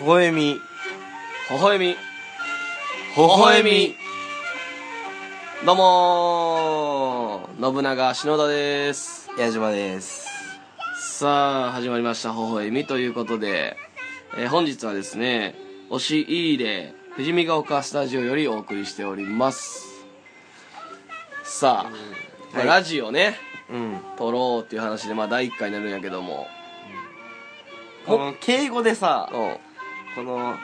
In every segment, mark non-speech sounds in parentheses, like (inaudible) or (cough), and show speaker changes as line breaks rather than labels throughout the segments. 微笑み、
微笑み、微
微
笑み。。どうもー、信長篠田です。
矢島です。
さあ、始まりました、微笑みということで、えー本日はですね、押し入れ、富士見ヶ丘スタジオよりお送りしております。さあ、まあ
はい
ラジオね、
うん。
撮ろうっていう話で、まあ、第1回になるんやけども、
この敬語でさ、
うん。
この、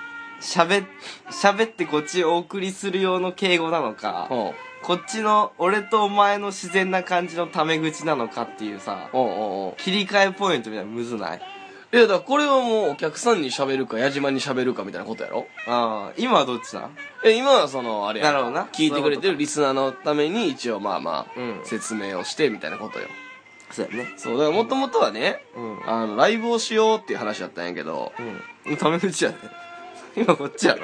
喋っ、喋ってこっちお送りする用の敬語なのか、
うん。うん
こっちの俺とお前の自然な感じのタメ口なのかっていうさ、
うんうん。
切り替えポイントみたいなのむずない
いや、だからこれはもうお客さんに喋るか、矢島に喋るかみたいなことやろ
うん。今はどっちなん
え今はそのあれや
なるほどな
聞いてくれてるリスナーのために一応まあまあ、
うん
説明をしてみたいなことよ
そうやね。
そうだからもともとはね、
うん。
あのライブをしようっていう話だったんやけど、
うん。タメ口やね。今こっちやろ。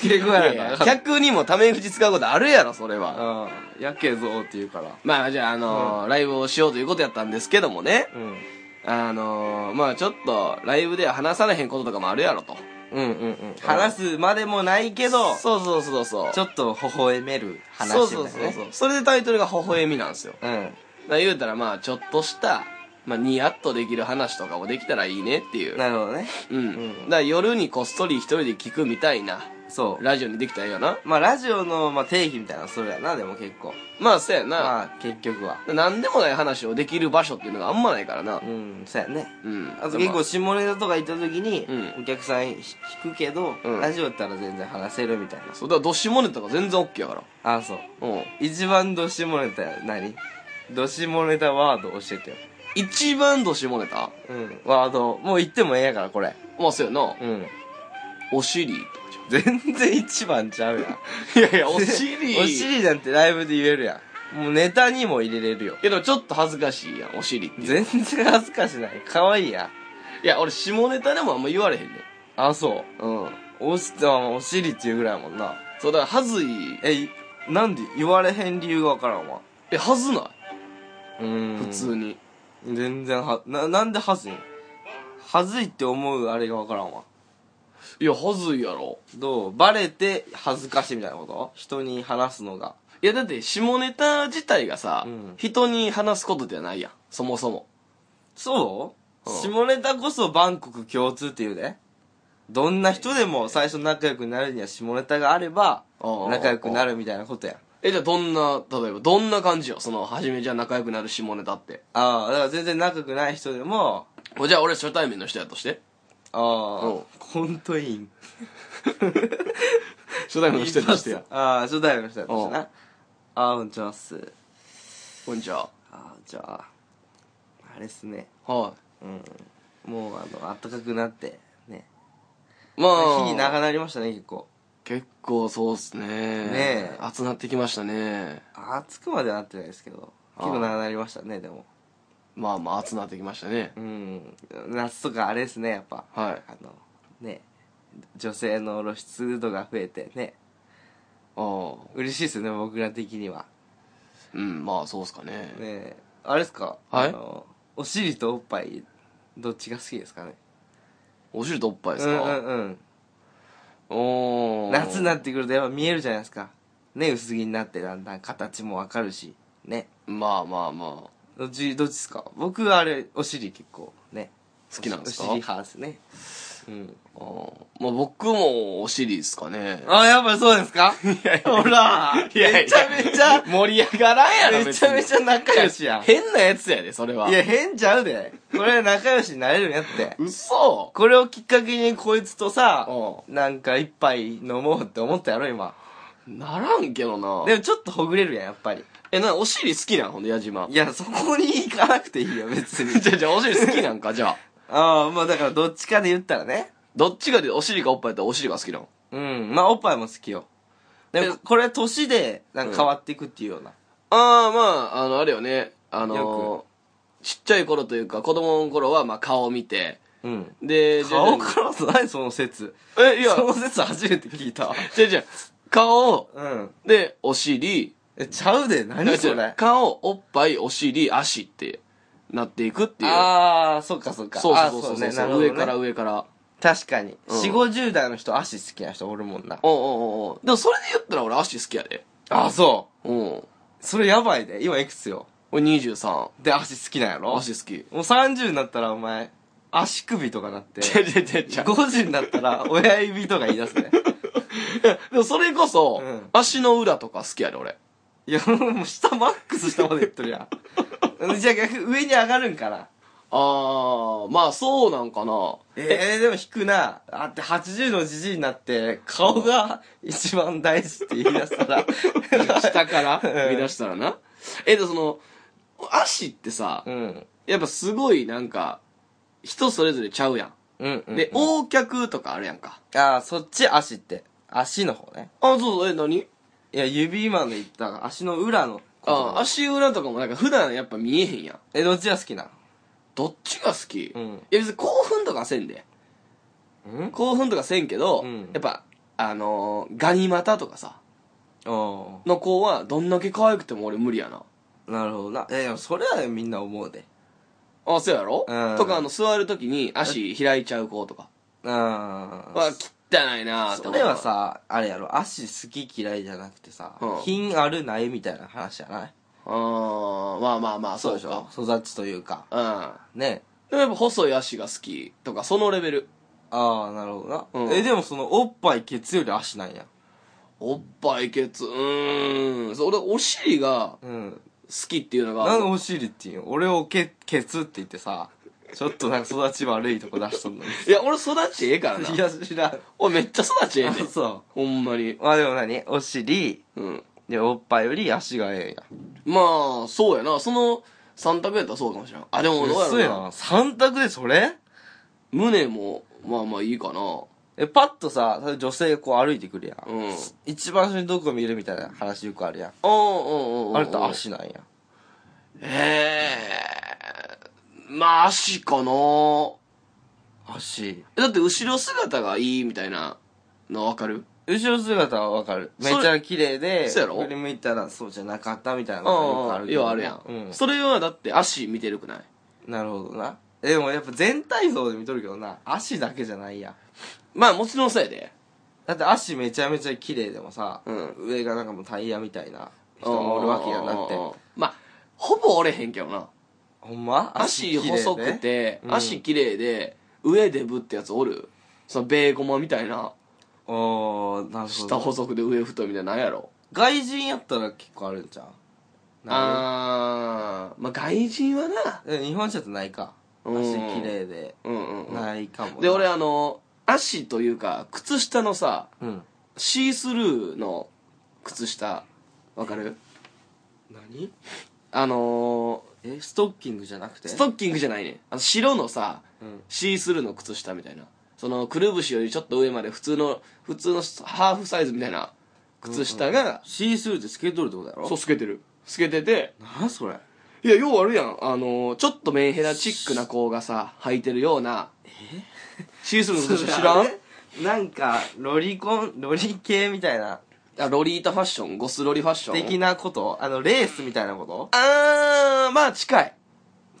敬語や
いやい
な
や。客にもタメ口使うことあるやろそれは、
うん。やけぞって言うから。
まあじゃああのーライブをしようということやったんですけどもね
うん。
あのーまあちょっとライブでは話されへんこととかもあるやろと
うんうんうん。話すまでもないけど、
そうそうそうそう
ちょっと微笑める話だ
そ
よ
う
ね。
そうそうそうそれでタイトルが「微笑み」なんですよ
うん。
まあ言うたらまあちょっとした、まあ、ニヤッとできる話とかもできたらいいねっていう。
(laughs) なるほどね。
うん。
うん
だから夜にこっそり一人で聞くみたいな、
そう。
ラジオにできたらいいよな。
まあラジオの、まあ、定義みたいなのそれやな、でも結構。
まあそうやな。
まあ結局は。
なんでもない話をできる場所っていうのがあんまないからな
う。ん、そうやね。
うん。
あと結
ま
構下ネタとか行った時に
う、ん
お客さん引くけど、
うん
ラジオやったら全然話せるみたいな。
そう、だからどしもネタが全然オッケーやか
あ、そう。
ら。うん。
一番どしもネタ何どしもネタワード教えてよ
一番どしもネタ
うんワードもう言ってもええやからこれ
まあそうやな。
うん
お尻とか
全然一番ちゃうやん
じ (laughs) ゃん。いやいや、お
尻
尻。
(laughs) お
い
尻なんてライブで言えるやんもうネタにも入れれるよ
やでもちょっと恥ずかしいやん、お尻っていう。
全然恥ずかしない可愛いやん
いや、俺下ネタでもあんま言われへんねん。
あそう
うん。
おしあお尻っていうぐらいやもんな
そう、だから恥ずい。
えいなんで言われへん理由がわからんわ
え、恥ずない
うん
普通に。
全然はななんで恥ずいん恥ずいって思うあれがわからんわ
いや、恥ずいやろ。
どうバレて恥ずかしいみたいなこと人に話すのが
いや、だって、下ネタ自体がさ、
うん
人に話すことではないやん。そもそも。
そう、
うん
下ネタこそバンコク共通っていうねどんな人でも最初仲良くなるには下ネタがあれば
うん
仲良くなるみたいなことやん
え、じゃあ、どんな、例えば、どんな感じよ。その、初めじゃあ仲良くなる下ネタって。
ああだから全然仲良くない人でも
おじゃあ、俺初対面の人やとして。
ああ
うん
コントイン
初対面の人やとしてや。
ああ初対面の人やったしなああこんにちはっす
こんにちは。
ああじゃああれっすね
は
うんもうあの暖かくなってね
い。まあ、
日長なりましたね結構
結構そうっすね。
ねえ
熱なってきましたね。
暑くまではなってないですけど結構長なりましたねでも
まあまあ、熱なってきましたね。
うん夏とかあれですねやっぱ
はい。
あのね女性の露出度が増えてね
ああ。
嬉しいですね僕ら的には
うん、まあ、そうっすかね。
ねあれですか
はい
あのお尻とおっぱいどっちが好きですかね
お尻とおっぱいです
うん
か、
うん
おー
うん夏になってくるとやっぱ見えるじゃないですかね薄着になってだんだん形もわかるしね
まあまあまあ。
どっちどっちですか僕はあれお尻結構ね
好きなんですか
お尻派ですねうん
あーまあ僕もお尻ですかね。
あ、やっぱそうで
(laughs)
すかほら
いやいや
めちゃめちゃ、
盛り上がらんやろ
めちゃめちゃ仲良しやん。い
変なやつやで、それは。
や、変ちゃうで。これ仲良しになれるんやって。
嘘
これをきっかけにこいつとさ、
う
なんか一杯飲もうって思ったやろ、今。
ならんけどな。
でもちょっとほぐれるやん、やっぱり。
え、な、お尻好きなんほんで、矢島
い。や、そこに行かなくていいよ、別に。
じゃあじゃあお尻好きなん (laughs) か、じゃあ。
(laughs) ああ、まあだからどっちかで言ったらね。
どっちかでお尻かおっぱいやったらお尻が好きなの。
うん、まあおっぱいも好きよ。でも
え
これ年でなんか変わっていくっていうような。
ああ、まあ、あの、あれよね。あ
よ
のー、ちっちゃい頃というか、子供の頃は、まあ、顔を見て。
うん。
で、
顔
徐
からとないその説。
々にえ、いや
そ、の説初めて聞いたわ。
じゃあじゃあ顔、
うん。
で、お尻、
え、ちゃうで、何それ。
顔、おっぱい、お尻、足ってなっていくっていう。
ああ、そっかそっか。
そう
あ
そうそうそう
ねなるほど
上
ね
から上から。
確かに。
うん
4、50代の人足好きな人おるもんな。
おうおうおうおうでもそれで言ったら俺足好きやで
あ、そ
うん
う。それやばいで。今いくつよ。
俺23
で、足好きなんやろ
足好き
もう30になったらお前、足首とかな
(laughs)
って。
ちゃちゃちゃちゃ
50になったら親指とか言い出
(laughs)
すね。
でもそれこそ、
うん
足の裏とか好きやで俺
いや、もう下マックス下までいっとるや
(laughs)
ん。じゃあ逆に上に上がるんかな。
ああまあそうなんかな
えー、でも引くな。あって80のじじいになって、顔が一番大事って言い出した
(laughs)
ら。
下から
うん
見出したらなえっとその足ってさ
うん。
やっぱすごいなんか人それぞれちゃうや
うん、うんん。
で、
お
横脚とかあるやんか
あー、そっち足って。足の方ね。
あそうそうえ何
いや、指今の言った足の裏のことだ
あ足裏とかもなんか普段やっぱ見えへんやん
え、どっちが好きな
どっちが好き、
うん
いや別に興奮とかせんで
ん
興奮とかせんけど、
うん
やっぱあのーガニ股とかさ
あ
の子はどんだけ可愛くても俺無理やな
あ。なるほどな。え、でもそれはみんな思うで。
あそうやろ、
うん
とかあの座る時に足開いちゃう子とか
ああ。
は汚いなーって
そ
思う
れはさあれやろ足好き嫌いじゃなくてさ、
うん
品あるないみたいな話じゃない
あーまあまあまあそうでしょ
育ちというか
うんで
ね
もやっぱ細い足が好きとかそのレベル
ああなるほどな、
うん
えでもそのおっぱいケツより足なんや
おっぱいケツうーんそう俺お尻が
うん
好きっていうのが
なんでお尻っていうん俺をケケツって言ってさちょっとなんか育ち悪いとこ出しと
(laughs)
んのに
いや俺育ちええからない
や知らん
俺めっちゃ育ちええね
あそ
ほんまに
うまあでも何お尻
うん
でおっぱいより足がええんや
まあそうやなその3択やったらそうかもしれんあでもどうやろ
そうう
な
やな3択でそれ
胸もまあまあいいかな
えパッとさ例えば女性がこう歩いてくるやん、
うん
一番最初にどこ見るみたいな話よくあるやん
あうんうんうん
あれって足なんや。
ええまあ足かな
足。
だって後ろ姿がいいみたいなのわかる
後ろ姿はわかる。
そ
め
れ
っちゃ綺麗で、
そうやろ
振り向いたらそうじゃなかったみたいなことよくあ
う
る
ん
け
要
ど
はあるやん、
うん。
それはだって足見てるくない
なるほどな。えでもやっぱ全体像で見とるけどな、足だけじゃないやん。
まあもちろんそうやで
だって足めちゃめちゃ綺麗でもさ、
うん
上がなんかもうタイヤみたいな人もおるわけや
うん
なっ
うんうん
て。
まあほぼ折れへんけどな
ほんま
足
綺麗で
細くて
うん
足綺麗で上デブってやつおるそのベーゴマみたいな
おー、なるほ
下
ど。
細くで上太いみたいななんやろ
外人やったら結構あるんちゃうなる
あーまあ外人はな
ほど。え日本人だとないか。
うん
足綺麗で。
うんうんうん
ないかもな。
で俺あの足というか靴下のさ
うん。
シースルーの靴下わかる
何
あの
えストッキングじゃなくて
ー、ストッキングじゃないねあの白のさ
うん
シースルーの靴下みたいなそのくるぶしよりちょっと上まで普通の普通のハーフサイズみたいな靴下が、
シースルーってスケートルってことやろ
そう透けてる透けてて
なあそれ
いやようあるやんあのー、ちょっとメンヘラチックな子がさ履いてるようなシースルーの靴下知らん
なんかロリコンロリ系みたいな
あロリータファッションゴスロリファッション
的なことあのレースみたいなこと
あーまあ近い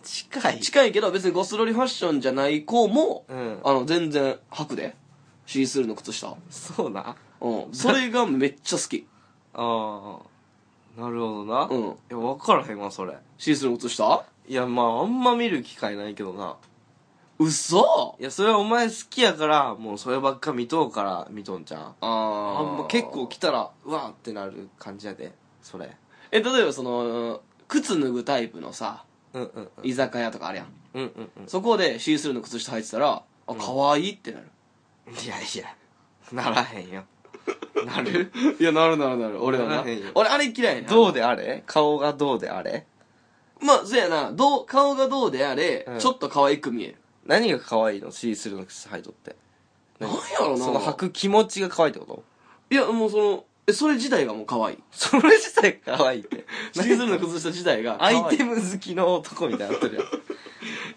近い
近いけど別にゴスロリファッションじゃない子も、
うん
あの全然履くでシースルーの靴下
そうな
うんそれがめっちゃ好き
ああなるほどな
うん
いや分からへんわそれ
シースルーの靴下
いやまああんま見る機会ないけどな
嘘
いやそれはお前好きやからもうそればっか見とうから見とんじゃん
あ
あ
ー
んま結構来たらうわーってなる感じやでそれ
え例えばその靴脱ぐタイプのさ
うんうん
居酒屋とかあるやん
うんうんうん
そこでシースルーの靴下履いてたらあ可愛いってなる、
いやいや、ならへんよ。なる
(laughs) いやなるなるなる俺は
な
な
らへんよ
俺あれ嫌いな
どうであれ顔がどうであれ
まあそうやなどう顔がどうであれ、
うん
ちょっと可愛く見える
何が可愛いのシースルーの靴履いとって。
なんやろな
その履く気持ちが可愛いってこと
いやもうそのえそれ自体がもう可愛い
それ自体が可愛いって。
(laughs) シーズルの靴下自体が可
ア
愛い
イテム好きの男みたいになってるやん。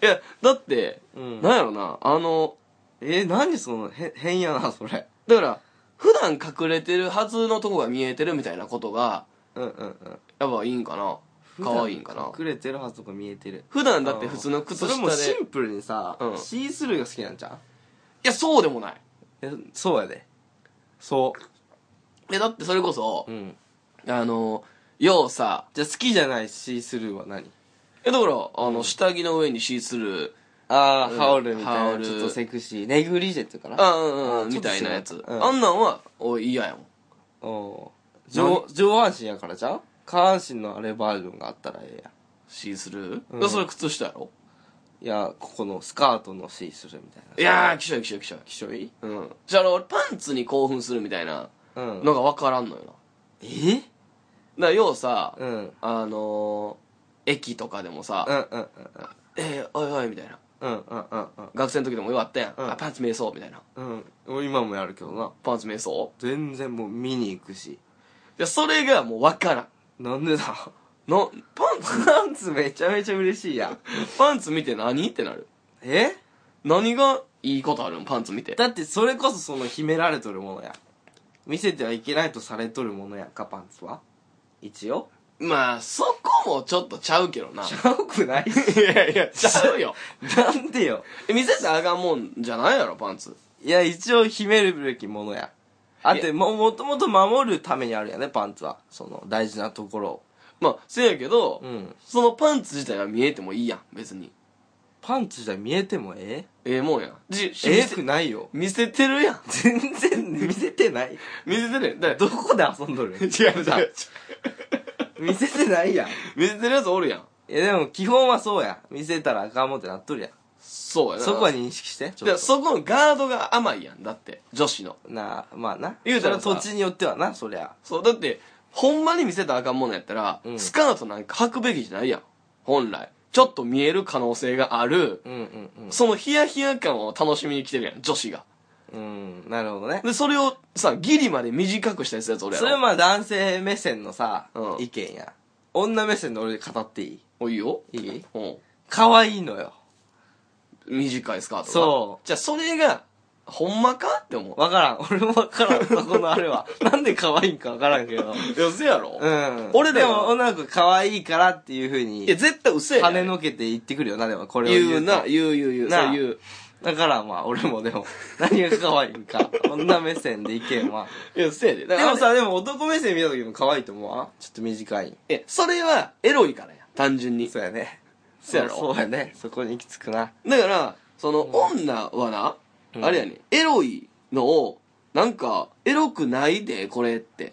いやだって、
うん
なんやろなあの
え、何その、へ、変やな、それ。
だから普段隠れてるはずのとこが見えてるみたいなことが
うんうんうん。
やっぱいいんかな可愛いんかな
隠れてるはずとか見えてる。
普段だって普通の靴
それも
下
シ
で
ンプルにさ、
うん
シースルーが好きなんじゃん
やそうでもない
えそうやでそ
えだってそれこそ、
ううん
あのようさ
じゃあ好きじゃないシースルーは何
えだからあの下着の上にシースルー
ああ、
うん
ハウルみ
ハ
た
ウル
いなちょっとセクシーネグリジェットかな
あうんうんみたいなやつ、
うん
あんなんはおい嫌やもん
おう上上半身やからじゃん下半身のあれバージョンがあったらええやん
シースルー、
うん
だからそれ靴下やろ
いやここのスカートのシースルーみたいない
やーきしょいきしょいきしょい
きしょい
うんじゃああの俺パンツに興奮するみたいな
うん
のが分からんのよなだか
え
ら要はさ、
うんうん
あのー、駅とかでもさ「
うんうん
えー、おいおい」みたいな
うんうんうんうん
学生の時でもよかったやん、
うん
あパンツ見えそうみたいな
うんうん今もやるけどな
パンツ見えそ
全然もう見に行くし
うでそれがもう分からん
なんでだ
のパンツ
パンツめちゃめちゃ嬉しいやん
パンツ見て何ってなる
え
何がいいことあるんパンツ見て
だってそれこそその秘められとるものや見せてはいけないとされとるものやんかパンツは一応
まあそこもちょっとちゃうけどな
ちゃうくない
いやいや (laughs) ちゃうよ
なんでよ
え見せてあがんもんじゃないやろパンツ
いや一応秘めるべきものやあってももともと守るためにあるやねパンツはその大事なところを
まあせやけど、
うん
そのパンツ自体が見えてもいいやん別に
パンツじゃ見えてもえ
ええもんやんじ
ええ
見
え
せ
くないよ
見せてるやん (laughs)
全然見せてない
見せてるやんだ
(laughs)
から
どこで遊んどる
違う違う
見せてないやんい
(laughs) 見せてるやつおるやん
やでも基本はそうや見せたらあかんもんってなっとるやん
そうやな
そこは認識してち
だか
ょ
ら
っと
そこのガードが甘いやんだって女子の
なあまあな
言うたらさ
それは土地によってはなそりゃ
そうだってほんまに見せたらあかんものやったら、
うん
スカートなんか履くべきじゃないやん本来ちょっと見える可能性がある、
うんうん
そのヒヤヒヤ感を楽しみに来てるやん女子が
うんうんなるほどね
でそれをさギリまで短くしたやつやつ俺や
そ
ろ
れはまあ男性目線のさ、
うん
意見や女目線で俺語っていい
おいいよ
いい
うん
可愛いのよ
短いスカートが
そう
じゃあそれがほんまかって思う
わからん俺もわからんそこのあ
(laughs)
れはなんで可愛いんかわからんけど
いやせやろ、
うん
俺ら
で
は
も女の子可愛いからっていうふう
いや
に
絶対うせ
(laughs)
え
跳ねのけて言ってくるよなでもこれを言うと
言うな言う言う言う
な
そう言う
だからまあ俺もでも (laughs) 何が可愛いんか女目線で意見はい
やせやで
(laughs) で
で
もさでも男目線見た時も可愛いと思うわちょっと短い
えそれはエロいからや単純に
そうやね
そうやろ
そうやねそこに行き着くな
だからその女はな、
うん
あれやねエロいのをなんかエロくないでこれって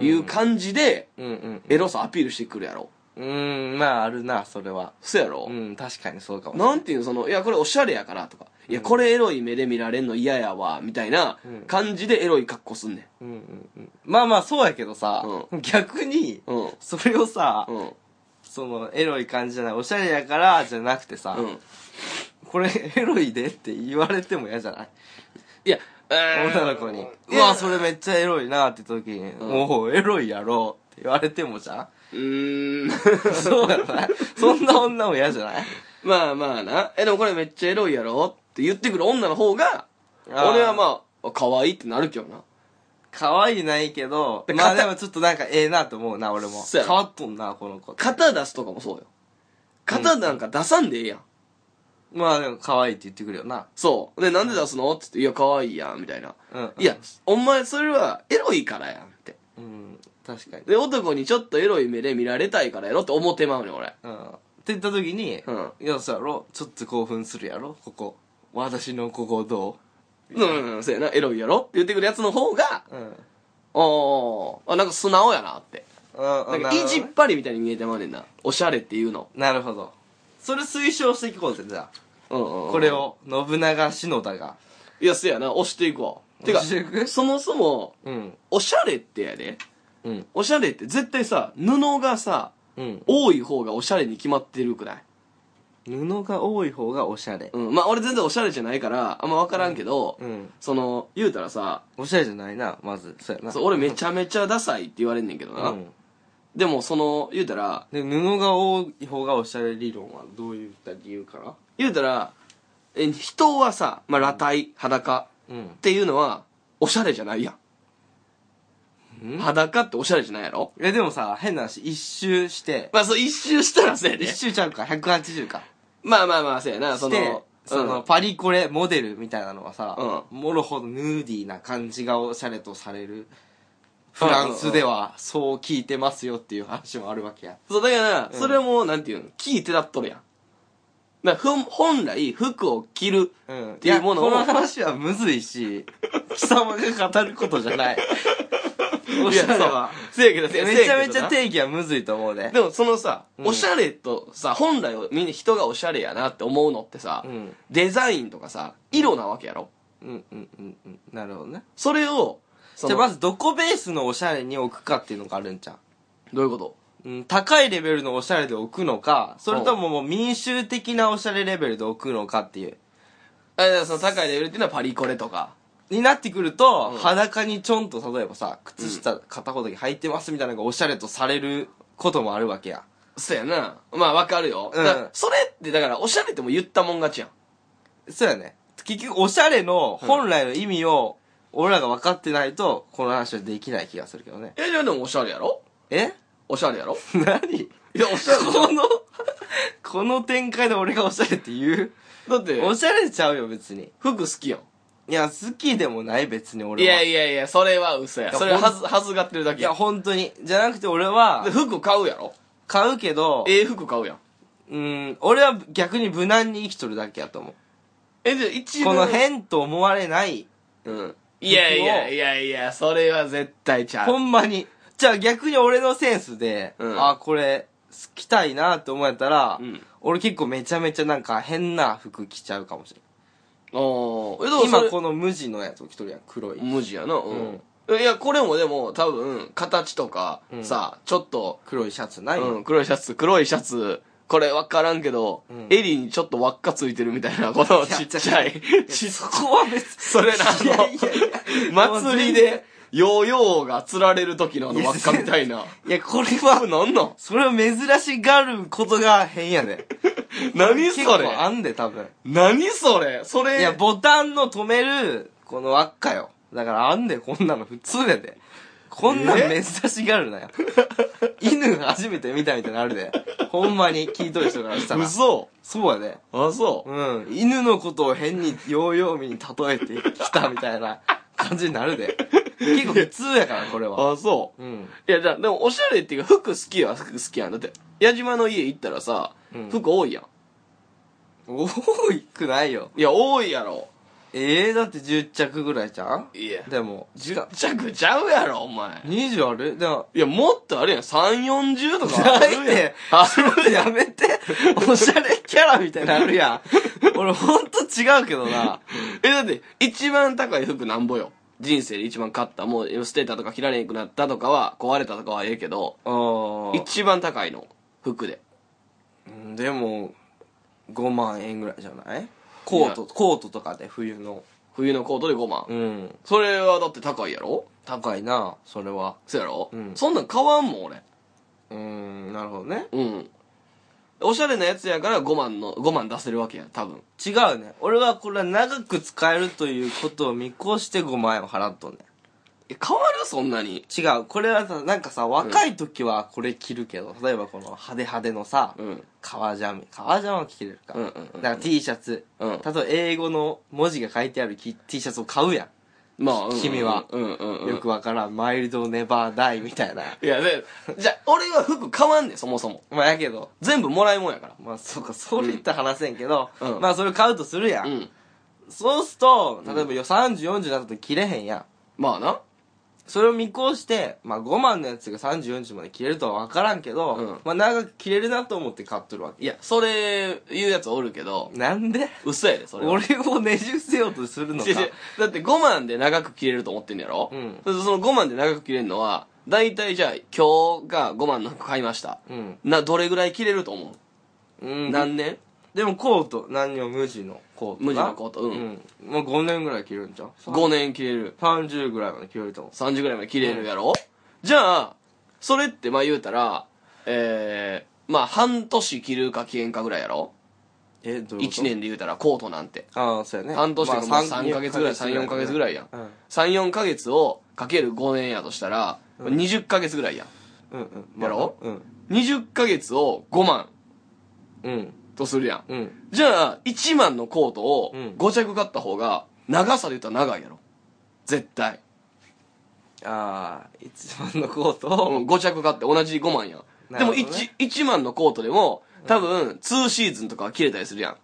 いう感じで、
うんうん
エロさアピールしてくるやろ
うーんまああるなそれは
そうやろ
う、ん確かにそうかもしれ
なんていうのそのいやこれおしゃれやからとか、いやこれエロい目で見られんの嫌やわみたいな
うん
感じでエロい格好すんね
うんうんうんまあまあそうやけどさ、逆に
んうん
それをさ、
うん
そのエロい感じじゃないおしゃれやからじゃなくてさ、
うん
これエロいでって言われても嫌じゃない
いやえー
女の子に「
いうや
わそれめっちゃエロいな」って時に
ん
「おうエロいやろ」って言われても
(laughs)
じゃん
うーん (laughs)
そうやないそんな女も嫌じゃない
まあまあなえでもこれめっちゃエロいやろって言ってくる女の方が
あ
(laughs)
ー
俺はまあ可愛いってなるけどな
可愛いないけど
で
まあ
片
でもちょっとなんかええなと思うな俺も
そうや
変
ろ
わっとんなこの子
肩出すとかもそうよ肩なんか出さんでええやん、
まあでも可愛いって言ってくるよな
そうでなんで出すのって言って「いや可愛いやん」みたいな
うんうん
「いやお前それはエロいからやん」って
うん確かに
で男にちょっとエロい目で見られたいからやろって思ってまうねん俺
うんって言った時に
うん
「いやそうやろちょっと興奮するやろここ私のここど
うんうんうんそうやなエロいやろって言ってくるやつの方が
う?」うん
おーあなんか素直やなって
な
なんか意地っ張りみたいに見えてまうねんなおしゃれっていうの
なるほどそれ推奨していこうぜじゃあ
うんうんうん
これを信長篠田が
いやせやな押していこうてか
押していく
そもそも
うん
おしゃれってやで
うん
おしゃれって絶対さ布がさ
うん
多い方がおしゃれに決まってるくない
布が多い方がおしゃれ
うんまあ俺全然おしゃれじゃないからあんま分からんけど、
うん
その言うたらさ
おしゃれじゃないなまずそうやな
そう俺めちゃめちゃダサいって言われんねんけど
う
な、
ん
でもその言うたら
で布が多い方がおしゃれ理論はどういった理由から
言うたらえ人はさ、まあ、裸体裸
うん
っていうのはおしゃれじゃないやん
ん
裸っておしゃれじゃないやろ
えでもさ変な話一周して
まあそう一周したらせやで
一周ちゃうか180か
まあまあまあせやなそ
して
の
その、
うん
パリコレモデルみたいなのはさ、
う
もろほどヌーディーな感じがおしゃれとされるフランスではそう聞いてますよっていう話もあるわけや
そう、だから、
うん
それも、なんていうの、聞いてたっとるやん。だからふん本来、服を着る。
うん、
ていうものを
いやこの話はむずい (laughs) し貴様が語ることじゃないおしゃれは
せやけど、せや
めちゃめ
せ
ち
やけど
ゃ
な
定義はむずいと思うね
でも、そのさ、
うん
おしゃれとさ、本来をみんな人がおしゃれやなって思うのってさ、
うん
デザインとかさ、色なわけやろ。
うんうんうんうんなるほどね
それを、そ
じゃ
の
あまずどこベースのおしゃれに置くかっていうのがあるんじゃん
どういうこと
うん、高いレベルのおしゃれで置くのか、それとももう民衆的なおしゃれレベルで置くのかっていう。
あだからその高いレベルっていうのはパリコレとか。
になってくると、
うん
裸にちょんと例えばさ、靴下片方だけ履いてますみたいなのがおしゃれとされることもあるわけや。
そうやな。まあわかるよ。
うん
だからそれってだからおしゃれっても言ったもん勝ちやん。
そうやね。結局おしゃれの本来の意味を、俺らが分かってないと、この話はできない気がするけどね。
いやいやでもおしゃれやろ (laughs)
え
おしゃれやろ
何
いやおしゃれ
この、この展開で俺がおしゃれって言
だって
うおしゃれちゃうよ別に。
服好きやん。
いや、好きでもない別に俺
い
は。
やいやいや、それは嘘や。
いや
それははず、はずがってるだ
い
けや
や、
ん。
本当に。じゃなくて俺は
で、服買うやろ
買うけど、
ええ服買うやん。
うん、俺は逆に無難に生きとるだけやと思う。
え、じゃあ一
この
辺
変と思われない、
うん。いやいやいやいや、それは絶対ちゃ
ほ
う。
んまに。じゃあ逆に俺のセンスで、
うん
あ、これ、着たいなって思えたら、
うん
俺結構めちゃめちゃなんか変な服着ちゃうかもしれ
おー。え、で
な
も
い。今
それ
この無地のやつを着とるやん、黒い。
無地やな。うん。いや、これもでも多分、形とか
う、ん
さ、ちょっと、
黒いシャツない、
うん、黒いシャツ、黒いシャツ、これ分からんけど、
うん
エリーにちょっと輪っかついてるみたいな、こ (laughs) のちっちゃい、ちっ
そこは別に。
それな、
いやいやい
あの、祭りで、ヨーヨーが釣られる時のあの輪っかみたいな。
いや、これ
こ
は、
れなんなん
それを珍しがることが変やで。
何そ
結
れ
構あんで、多分。
何それそれ、
いや、ボタンの止める、この輪っかよ。だからあんで、こんなの普通やで。こんなん
え
珍しがるなよ。犬初めて見たみたいになるで。ほんまに聞いとる人からしたら。
嘘
そうやで。
あ、そう。
うん。犬のことを変にヨーヨーミに例えてきたみたいな感じになるで。結構普通やから、これは。
あ、そ
うん。
う。いや、じゃあでも、おしゃれっていうか、服好きや、服好きやん。だって、矢島の家行ったらさ、
うん
服多いやん。
多くないよ。
いや、多いやろ。
ええだって10着ぐらいじゃん
いや、
でも。
10着ちゃうやろ、お前。
20あるでも、
いや、もっとあれやん、3、40とかあ
な
るや
い
ん。
って
あ
ちょっとやめておしゃれキャラみたいになのある (laughs) やん俺ほんと違うけどな
え、だって、一番高い服なんぼよ。人生で一番買った、もう捨てたとか着られなくなったとかは、壊れたとかはええけど、
う
一番高いの、服で。
んでも5万円ぐらいじゃないコートコートとかで冬の
冬のコートで5万。
うん
それはだって高いやろ
高いなそれは
そうやろ、
うん
そんなん買わんもん、俺。
うんなるほどね
うん。おしゃれなやつやから5万の、5万出せるわけやん、多分。
違うね俺はこれは長く使えるということを見越して5万円を払っとんね
え、変わるそんなに。
違うこれはさなんかさ若い時はこれ着るけど、例えばこの派手派手のさ、
うん。
革ジャン革ジャンは着れるか、
うんうんうん
だから T シャツ、
うん
例えば英語の文字が書いてあるき T シャツを買うや
まあ、うんうん
君は
うんうん
ん、
うん。
よくわからんマイルドネバーダイみたいな (laughs)
いや、で、じゃあ、俺は服買わんねん、そもそも。
まあやけど
全部もらいもんやから。
まあそうかそれ言ったら話せんけど、
うん
まあそれ買うとするやん、
うん。そう
そうすると例えばよ3040になった時着れへんやん
まあな。
それを見越して、まあ、5万のやつが3040まで着れるとは分からんけど、
うん
まあ長く着れるなと思って買っとるわけ
いや、それ、言うやつおるけど、
なんで
嘘やで、それは。
俺をねじ伏せようとするのか
違う違うだって5万で長く切れると思ってんのやろ
うん
そその5万で長く切れるのは、大体じゃあ、今日が5万の服買いました。
うん、
な、どれぐらい切れると思
う
う、
ん、
何年
でもコート何にも無地のコートな
無地のコートうん
もう5年ぐらい着るんじゃん
?5 年切れる。
30ぐらいまで着れると思
30ぐらいまで切れるやろ、じゃあ、それってまあ言うたら、えー、まあ半年切るか切れんかぐらいやろ
うえどういうこと
?1 年で言うたらコートなんて。
ああそうやね
半年とか
まあ
もう3ヶ月ぐらい、3、4ヶ月ぐ
ら
ら
い
いやん。
うん
3、4ヶ月をかける5年やとしたら、20ヶ月ぐらいやん。
うんうん
やろ
うん
20ヶ月を5万
うん
とするやん。
うん
じゃあ、1万のコートを
うん
5着買った方が、長さで言ったら長いやろ。絶対。
ああ1万のコート
う
を
ん、5着買って同じ5万やん。
な
で
るほ
も
どね
1, 1万のコートでも、多分、2シーズンとかは切れたりするやん。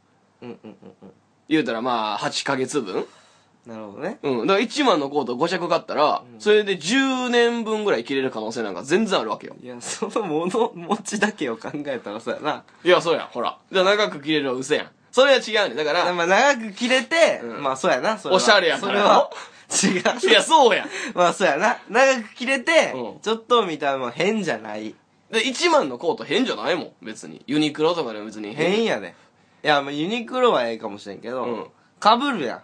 うんうんうんうん
言うたらまあ、8ヶ月分
なるほどね
うん。だから1万のコート5着買ったら、それで10年分ぐらい切れる可能性なんか全然あるわけよ。
いやその物持ちだけを考えたらそうやない
や、そうやん、ほら。じゃあ長く切れるのは嘘やん。それは違うねん。だか
あ
ら、
まあ長く着れて、
うん
まあそうやなそれは
おしゃれやか
そ
ら
れは違
いや、そうやん。
うまあそうやな長く着れて、
うん
ちょっと見た目も変じゃない
で、1万のコート変じゃないもん、別に。ユニクロとかでも別に変。
変やでいやまあユニクロはええかもしれんけ
うん
どかぶ、被るや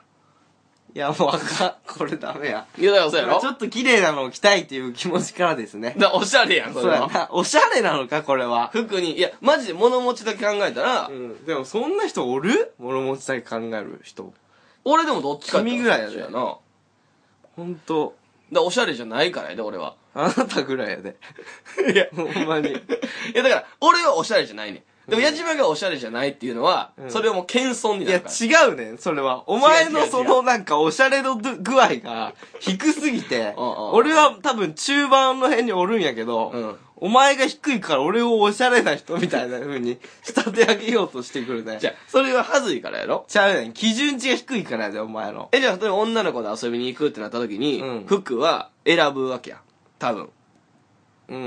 んいやもうあかんこれダメや
いや、だからそうやろ
ちょっと綺麗なのを着たいっていう気持ちからですね
だからおしゃれやん、そ
そ
れ
うや
は。
なおしゃれなのかこれは
服に、いや、マジで物持ちだけ考えたら、
うんでもそんな人おる物持ちだけ考える人
俺でもどっちかって言
君
った
ぐらい
そ
や
っ
で
ちやな。だか
本当
らおしゃれじゃないからやで、俺は。
あなたぐらいやで
いや、
(laughs) ほんまに
いやだから、俺はおしゃれじゃないねん。でも、矢島がおしゃれじゃないっていうのは、
うん
それはもう謙遜に
い
な
や、
るから。
違うねん、それは。お
違
前
う違
の
う
そのなんか、おしゃれのど具合が低すぎて、
うんうんうん
俺は多分中盤の辺におるんやけど、
うん
お前が低いから俺をおしゃれな人みたいな風に仕立て上げようとしてくるね。
じゃあ、それは恥ずいからやろ
ちゃうねん。基準値が低いからやで、お前の。
え、じゃあ、例えば女の子で遊びに行くってなった時に、
うん
服は選ぶわけやん。多分。
うんう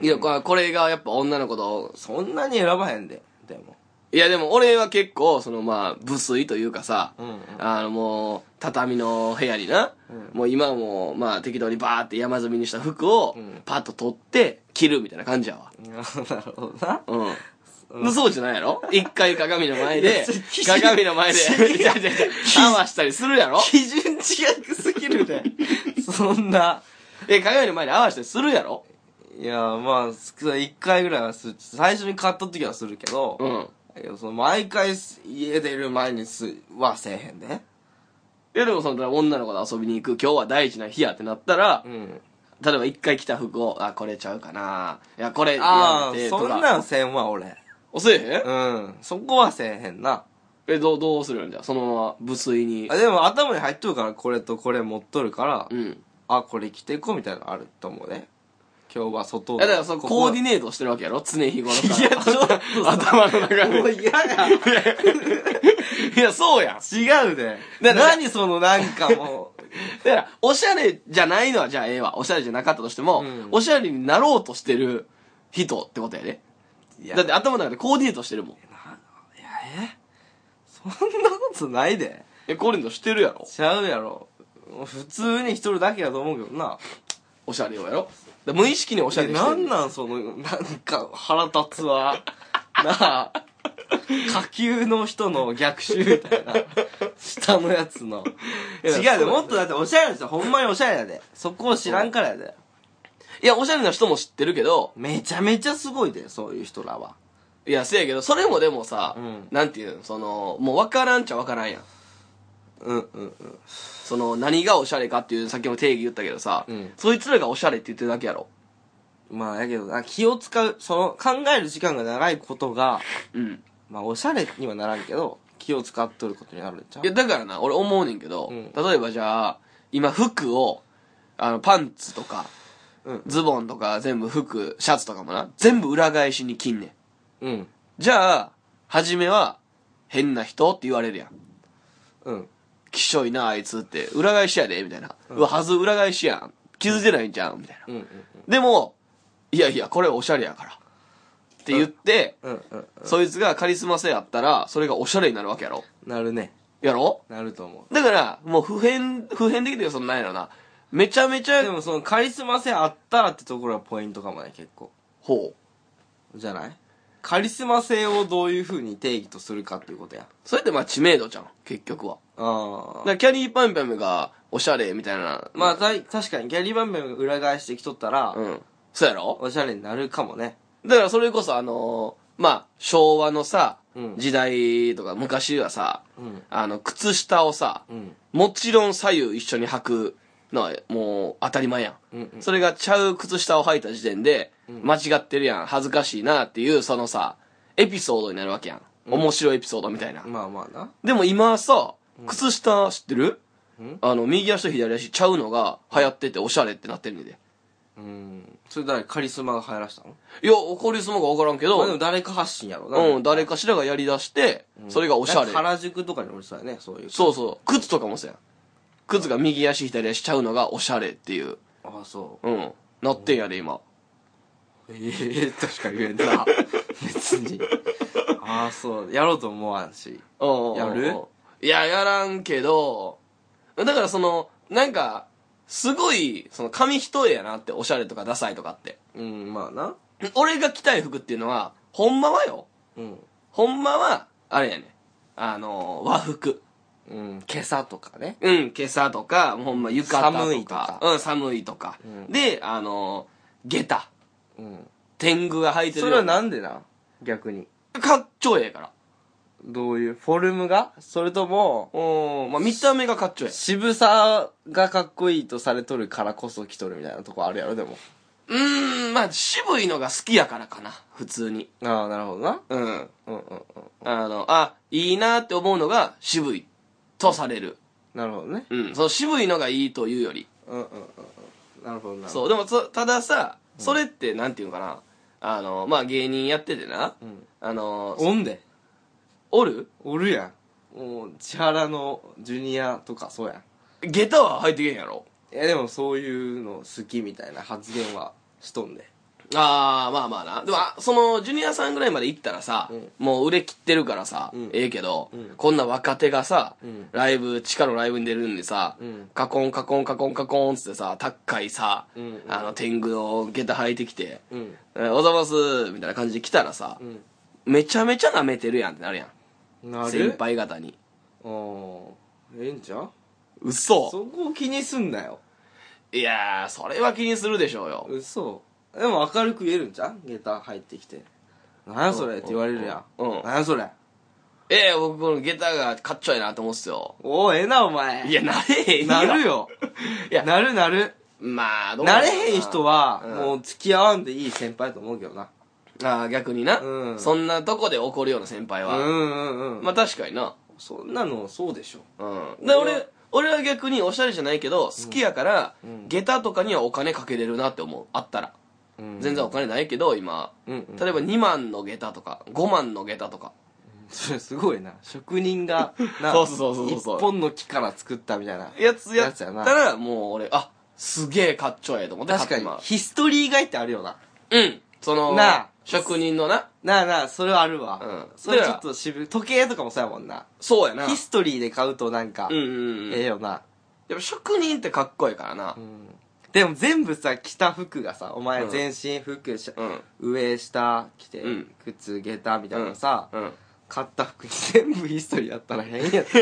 ん、
いや、これこれがやっぱ女の子と、
そんなに選ばへんで、でも。
いやでも俺は結構、そのまあ、無粋というかさ、
うんうん
あのもう、畳の部屋にな、
う
もう今はもう、まあ適当にバーって山積みにした服を
うん、
パッと取って、着るみ (laughs) たいな感じやわ。
なるほどな。
うん。
う
そうじゃないやろ一回鏡の前で
いやき、
鏡の前で、いやいやいや合わしたりするやろ
(laughs) 基準値が低すぎる
(laughs)
で。そんな。
え、鏡の前で合わしたりするやろ
いや、まあ、一回ぐらいはする。最初に買った時はするけど、
うん。
いやその毎回す家出る前にすはせえへんで
いやでもその女の子と遊びに行く今日は大事な日やってなったら、
ん
例えば一回着た服をあこれちゃうかないやこれやめ
ああ
てと
そ
か
んなんせんわ俺
おせえへん、
うんそこはせえへんな
えどうどうするんじゃそのまま無粋に
あでも頭に入っとるからこれとこれ持っとるから、
うん
あこれ着ていこうみたいなのあると思うね今日は外
い
で
やだからそのコーディ
ネ
ネートしてるわけやろ常日頃から
いやちょっとさ
頭の中
もう
で
嫌や
いやそうやん
違うで
だから
何そのなんかも
(laughs)
う
だからおしゃれじゃないのはじゃあええわおしゃれじゃなかったとしても、
うん
おしゃれになろうとしてる人ってことやで
いや
だって頭の中でコーディネートしてるもん
いやえそんなことないで
えコーディネートしてるやろ
ちゃうやろ普通に一人だけやと思うけどな
おしゃれをやろだから無意識におしゃれ
え
にして
な
る
んなんそのなんか腹立つわなあ下級の人の逆襲みたいな下のやつの
いや
違
そ
うで
うなん
もっとだっておしゃれな人ほんまにおしゃれやでそこを知らんからやで
(laughs) いや、おしゃれな人も知ってるけど、
めちゃめちゃすごいでそういう人らはい
や、せやけど、それもでもさ、
うん
なんていうの、その、もう分からんちゃ分からんやん。
うんうんうん
その、何がおしゃれかっていう、さっきも定義言ったけどさ、
うん
そいつらがおしゃれって言ってるだけやろ。
まあだけどな気を使うその考える時間が長いことが
うん。
まあおしゃれにはならんけど気を使っとることになるんちゃう
いや、だからな、俺思うねんけど、
うん
例えばじゃあ、今服を、あの、パンツとか、
うん
ズボンとか、全部服、シャツとかもな、全部裏返しに切んねん。
うん
じゃあ、初めは、変な人って言われるやん。
うん
きしょいなあいつって裏返しやでみたいな、うわはず裏返しやん気づいてないんじゃんみたいな、
うんうん
でもいやいやこれおしゃれやからって言って、
うんうん
そいつがカリスマ性やったらそれがおしゃれになるわけやろ
なるね
やろ
なると思う
だからもう普遍普遍的というかそのなんやろなめちゃめち
で
ゃ
もそのカリスマ性あったらってところがポイントかもね結構
ほう
じゃないカリスマ性をどういうふうに定義とするかっていうことや
それってまあ知名度じゃん結局は
あ
だからキャリーパンパムがおしゃれみたいな
まあた確かにギャリー・バンベンが裏返してきとったら、
うんそうやろ
おしゃれになるかもね
だからそれこそあのーまあ昭和のさ、
うん
時代とか昔はさ、
うん
あの靴下をさ、
うん
もちろん左右一緒に履くのはもう当たり前やん、
うんうん
それがちゃう靴下を履いた時点で、間違ってるやん恥ずかしいなっていうそのさエピソードになるわけやん
う
面白いエピソードみたいな。
まあまあな
でも今さ、靴下知ってる、
うん
あの、右足と左足ちゃうのが流行ってておしゃれってなってるんで。
うんそれ誰カリスマが流行らしたの
いや、交流するのかわからんけ
ま
ど、
あでも誰か発信やろな
うん、誰かしらがやり出して、それがおしゃれ。
原宿とかにおりそうやねそういう
そうそう。靴とかもそうやん。靴が右足左足ちゃうのがおしゃれっていう。
ああそ
うん。なってんやで、今。
うええ確かに言え
(laughs)
んな別にああそうやろうと思わんし
うん
やる
いや、やらんけど、だからその、なんか、すごい、その、紙一重やなって、おしゃれとかダサいとかって。
うんまあな
俺が着たい服っていうのは、ほんまはよ。
うん
ほんまは、あれやね。あの、和服。
うん今朝とかね
うん、今朝とか、ほんま浴衣とか。
寒いとか
うん、寒いとか。
うん
で、あの、下駄。
うん
天狗が履いてる
それはなんでな逆に
かっちょええから。
どういうフォルムがそれとも
うん、まあ見た目がかっちょええ。
渋さがかっこいいとされとるからこそ来とるみたいなとこあるやろでも
うーん、まあ渋いのが好きやからかな、普通に。
ああなるほどな
うん。
うんうんうん
あの、あ、いいなって思うのが渋いとされる。
なるほどね
うん。その渋いのがいいというより。
うんうんうんうんなるほどな
そう。でもそ、たださ、それって、なんていうのかな。あの、まあ、芸人やっててな。
ん
あの、
おんで
おる
おるやんもう千原のジュニアとかそうやん
下駄は履いてけんやろ。
いやでもそういうの好きみたいな発言はしとんで
ああ、まあまあな。でも、あその、ジュニアさんぐらいまで行ったらさ、
うん
もう売れ切ってるからさ、
うん
ええけど、
うん
こんな若手がさ、
うん
ライブ、地下のライブに出るんでさ、
うん
カコンカコンカコンカコンっつってさ、高いさ、
うん
あの、天狗の下駄履いてきて、
うん
えーおはようございますみたいな感じで来たらさ、
う
めちゃめちゃ舐めてるやんってなるやん。
んなる
先輩方に。
うんええんちゃう
嘘
そこを気にすんなよ
いやー、それは気にするでしょうよ。
嘘でも明るく言えるんちゃう下駄入ってきて「なんやそれ」って言われるやん「
うん
なんやそれ」
ええ僕この下駄がかっちょいなと思ってたよ。
「おおええなお前」
いや、なれへん
なる。よ
いや
なるなる
まあ、どう
な
の
れ
か
へん人は
うん
もう付き合わんでいい先輩やと思うけどな
ああ、逆にな、
うん
そんなとこで怒るような先輩
うん
は。
うんうん
まあ確かにな。
そんなのそうでしょ
うん。で、俺、俺は逆におしゃれじゃないけど、好きやから、
うん
下駄とかにはお金かけれるなって思う。あったら。全然お金ないけど、今。
うんうん
例えば2万の下駄とか、5万の下駄とか。
それ (laughs) すごいな職人がな
そうそうそうそうそう
一本の木から作ったみたいな
やつや
や
っ
つや
た
な
ら、もう俺、あ、すげえかっちょええと思って
確かに
買って
ヒストリーがいってあるよな
まううん。その、
なあ
職人のな。
なあなあそれはあるわ、
うん
それちょっと渋い時計とかもそうやもんな
そうやな。
ヒストリーで買うとなんか、
うんうんうん。
ええよな、
やっぱ職人ってかっこいいからな。
でも全部さ着た服がさお前
うん
全身服、し
うん
上下着て、
うん
靴下駄みたいなのさ、
うん。
買った服に全部ヒストリーやったら変
(laughs)
やつ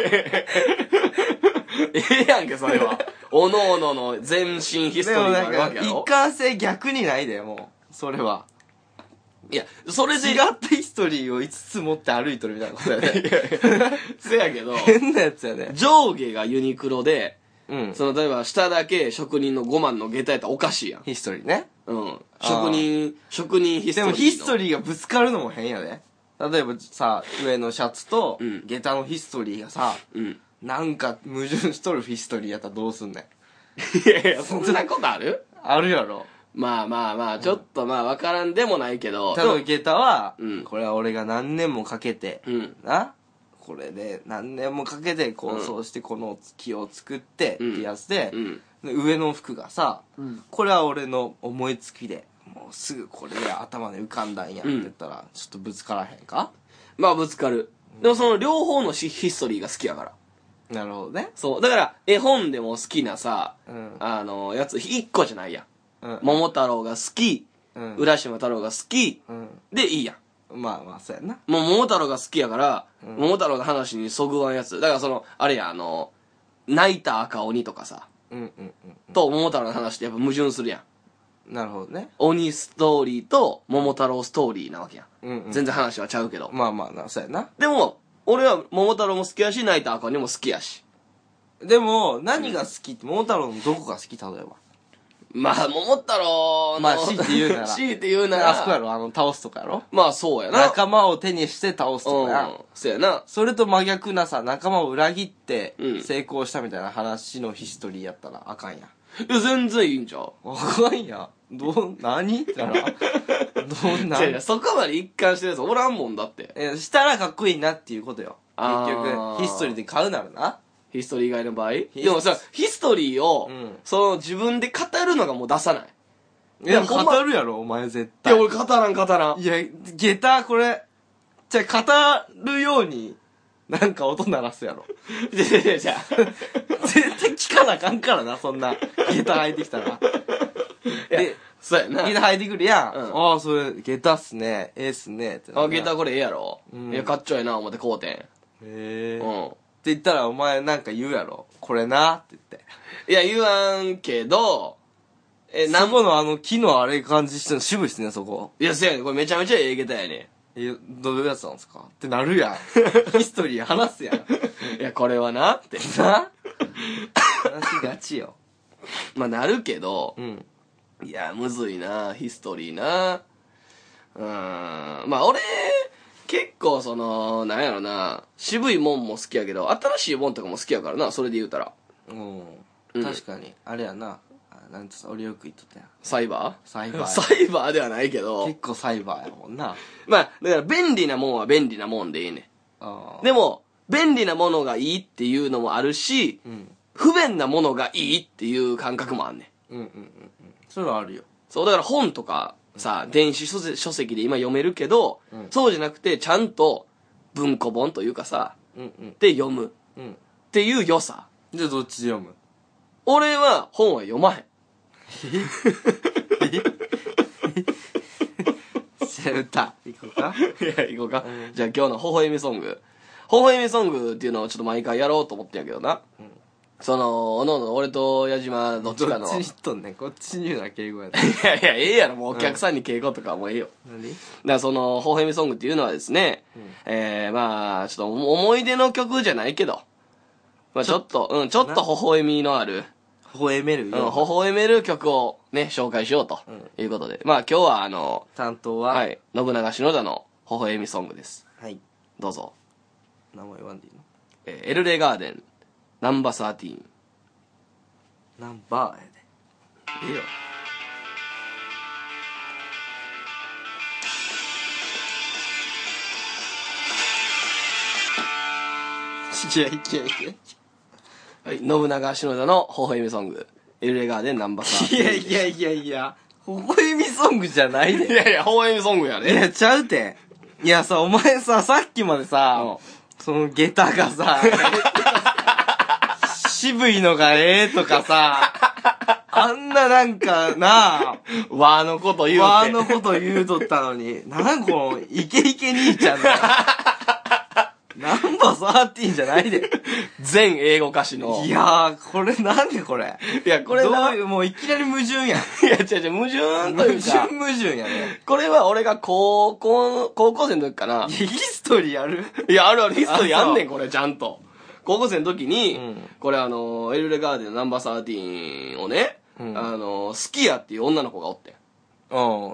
ええやんけ、それ
(laughs)
は。おのおのの全身ヒス
で
ト
も
リーが
な
あ
ん
るわ
か
けや
一
ろ
貫性逆にないでもうそれはい
や、それで、
違ったヒストリーを5つ持って歩いとるみたいなことやね
せやけど、
変なやつやね
(laughs) 上下がユニクロで、
うん
その、例えば下だけ職人の5万の下駄やったらおかしいやん。
ヒストリーね
うん。
あー
職人、職人ヒストリー
でも
の。
ヒスト
リー。
リーがぶつかるのも変やで例えばさ上のシャツと
うん
下駄のヒストリーがさ
うん。
なんか矛盾しとるヒストリーやったらどうすんねん
いやいや、そんなことある
あるやろ
まあまあまあ、ちょっとまあ、わからんでもないけど。
ただ下駄は、
うん
これは俺が何年もかけて、
うん。
なこれで何年もかけて構想してこの木を作ってって
うん
やつで,
う
で、
ん。
上の服がさ、
うん
これは俺の思いつきでもうすぐこれで頭で浮かんだんやって言ったら、ちょっとぶつからへんか
まあ、ぶつかる。でもその両方のしヒストリーが好きやから。
なるほどね
そう。だから、絵本でも好きなさ、
うん
あの、やつ、一個じゃないやん。
うん
桃太郎が好き、
うん
浦島太郎が好き、
うん
でいいや。
まあまあそうやなん
もう桃太郎が好きやから、桃太郎の話にそぐわんやつ。だからその、あれや、あの、泣いた赤鬼とかさ、
うんうん
と桃太郎の話ってやっぱ矛盾するやん。
うんなるほどね
鬼ストーリーと桃太郎ストーリーなわけやん。
うんうん
全然話はちゃうけど。
まあまあなそうやな
でも、俺は桃太郎も好きやし、泣いた赤鬼も好きやし。
でも何が好きって桃太郎のどこが好き例えば
まあ、桃太郎の、
まあ強いて言
(laughs)
うなら
強いて言うなら、
あそこやろあの、倒すとかやろ
まあ、そうやな。
仲間を手にして倒すとかや、
うん。そうやな。
それと真逆なさ、仲間を裏切って
うん
成功したみたいな話のヒストリーやったらあかんやん。
いや、全然いいんちゃう
あかんやん。どう、何ってなら。
(laughs)
どんな
違う違うそこまで一貫してるやつおらんもんだって。
えしたらかっこいいなっていうことよ。結
あー
局、ヒストリーで買うならな。
ヒストリー以外の場合。
ス
でもさ、ヒストリーを、
うん
その自分で語るのがもう出さない。
い
で
や、
もほんま
語るやろ、お前絶
い
対。
や、俺語らん語らん。
いや、下駄これ、じゃあ語るように、なんか音鳴らすやろ。
いやいやいや、
絶対聞かなあかんからな、そんな。下駄履いてきたら。で、
(laughs) そうやな。
下駄履いてくるやん。
うん
ああ、それ、下駄っすね。ええっすね。ってな
あ、
る
ゲ
やん
タ
へ
これええやろ。
うん
いや、かっちょええな、思ってこうてん。
え。
う
って
ん。
言ったら、お前なんか言うやろ。これな、って言って。
いや、言わんけど、え、
え、
な
なん
んも、
ぼのあの木のあれ感じしてるの渋いっすね、そこ。
いや、せやねんこれめちゃめちゃええゲタやね
え、どういうやつなんですかってな
(laughs)
るやん。ヒストリー話すやん。
ん。いや、これはな、って。
な話しがちよ。
まあ、なるけど、
うん。
いや、むずいな、ヒストリーな。うーん。まあ、俺、結構その、なんやろな、渋いもんも好きやけど、新しいもんとかも好きやからな、それで言うたら。
う。
うんん
確かに。あれやな。あなんつうの俺よく言っとったやん。
サイバー
サイ
(laughs)
バー
サイバーではないけど
結、構サイバーやもんな。
まあ、だから便利なもんは便利なもんでいいね
あ
ん。
あ。
でも、便利なものがいいっていうのもあるし、
うん。
不便なものがいいっていう感覚もあんねん。
うんうんうんうん。それはあるよ。
そう、だから本とかさ、電子書籍書籍で今読めるけど、
うん
そうじゃなくて、ちゃんと文庫本というかさ、
うんうん
で読むっ
うん。
ていう良さ。
じゃあどっちで読む
俺は本は読まへん。
じゃあ歌。いこうか。
いや、行こうか
うん。
じゃあ今日の微笑みソング。微笑みソングっていうのをちょっと毎回やろうと思ってんやけどな。
ん
その、おのおの俺と矢島どっちか
ど
の。
っちに
い
言っとんねん。こっちに言うな、敬語やな。
や (laughs) いや、ええやろ、もうお客さんに敬語とかはもうええよ。
(laughs) 何
だからその、ホーヘミソングっていうのはですね、えー、まあ、ちょっと思い出の曲じゃないけど、まあちょっと、うん、ちょっと微笑みのある、
微笑める
うん、微
よ。
笑める曲をね、紹介しようということで、まあ今日はあの、
担当は、
は。い、信長篠田の微笑みソングです。
はい。
どうぞ。
名前言わんでいいの
えーエルレガーデン、ナンバー13。い
ナンバーやで。
いよ。
いやいやいや。
はい、信長篠田の微笑みソング、エルレガーデン、ナンバー13。
いやいやいやいや、微笑みソングじゃないで。
いやいや、微笑みソングや
い。や、ちゃうて。いやさ、お前さ、さっきまで
うん
さ、その下駄がさ、 (laughs) 渋いのがええとかさ、あんななんかな
和のこと言うて。
わーのこと言うとったのに、なんかこの、イケイケ兄ちゃんだよ。ナンバー13じゃないで。
全英語歌詞の。
いやー、これなんでこれ。
いや、これ
どう
な、
いうもういきなり矛盾やん。
いや、違う違う、矛盾と
矛
いう
盾
か、
矛盾やね。
これは俺が高校の、高校生の時かな。
ヒストリーやる
いや、あるある、ヒストリー
あそう
あんねん、これ、ちゃんと。高校生の時に、
うん
これあの、エルレガーデンのナンバー13をね、
うん
あの、スキヤっていう女の子がおってん。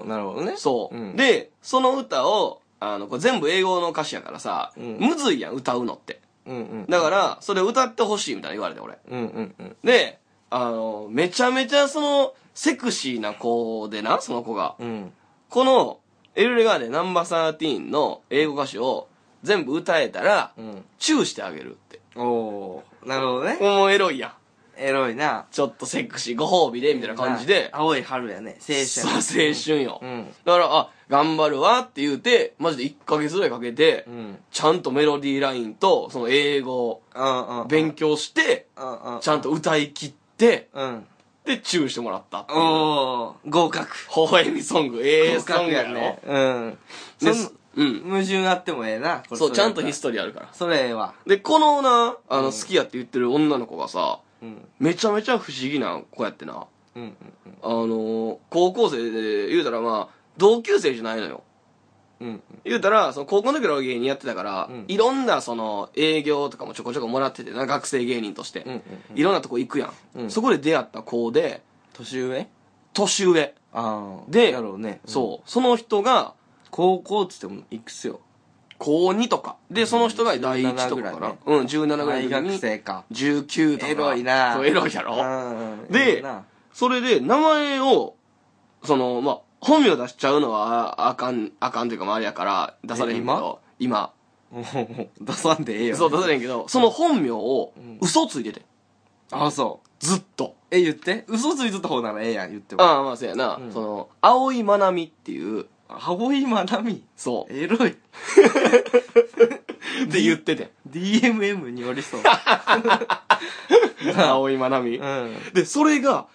うん、なるほどね。
そう。
うん
で、その歌を、あの、これ全部英語の歌詞やからさ、
うん
むずいやん、歌うのって。
うんうん。
だから、それ歌ってほしいみたいな言われて、俺。
うんうんうん。
で、あの、めちゃめちゃその、セクシーな子でな、その子が。
うん。
この、エルレガーデンナンバー13の英語歌詞を全部歌えたら、
うん。
チューしてあげるって。
おー。なるほどね。
もうエロいやん。
エロいな。
ちょっとセクシー、ご褒美で、みたいな感じで。
青い春やね。青
そう、
春。
青春よ。
うん。
だから、あ、頑張るわって言うて、マジで1ヶ月ぐらいかけて
う、ん。
ちゃんとメロディーラインと、その英語を
うんうん。
勉強して、
うんうん。
ちゃんと歌い切って、
うん。
で、チューしてもらったっていう。
おー。合格。
微笑みソング、ええ
合
ソン
格
グや
や
ろ。
ね。うん。
で
そん
うん。
矛盾あってもええな。これ
そう、ちゃんとヒス
ト
トリーあるから。
それは。
で、このな、あ
う
の、
ん
好きやって言ってる女の子がさ、
うん。
めちゃめちゃ不思議な子やってな。
うんうんうん。
あのー高校生で言うたらまあ、同級生じゃないのよ。
うん
言うたら、その高校の時の芸人やってたから、
うん
いろんなその営業とかもちょこちょこもらっててな、学生芸人として。
うんうん。
いろんなとこ行くやん。
うん
そこで出会った子で、
年上
年上。
ああ
で
やろうねうん
そう。その人が、高校っつってもいくつよ。高2とか。で、その人が第1とかか
17ぐらい
ら
ね。
うん、17ぐらい
大
の時
学
に。
生か
19とか。
エロいな
そうエロいやろ。
うん
で
いいな
それで、名前を、その、まあ、本名出しちゃうのはああかん、あかんというか、まあ、あれやから、出されへんけど、今。
おお出さんでええよ
そう、出されへんけど、その本名を
うん
嘘ついてて。
あそう
ずっと。
え言って嘘ついとった方ならええやん言っても
ああ、まあ、そうやな。
うん
その、青井まなみっていう、
青いまなみ
そう。
エロい
って言ってて。
DMM により
(laughs)
そう
青井まなみ。
うん
で、それが、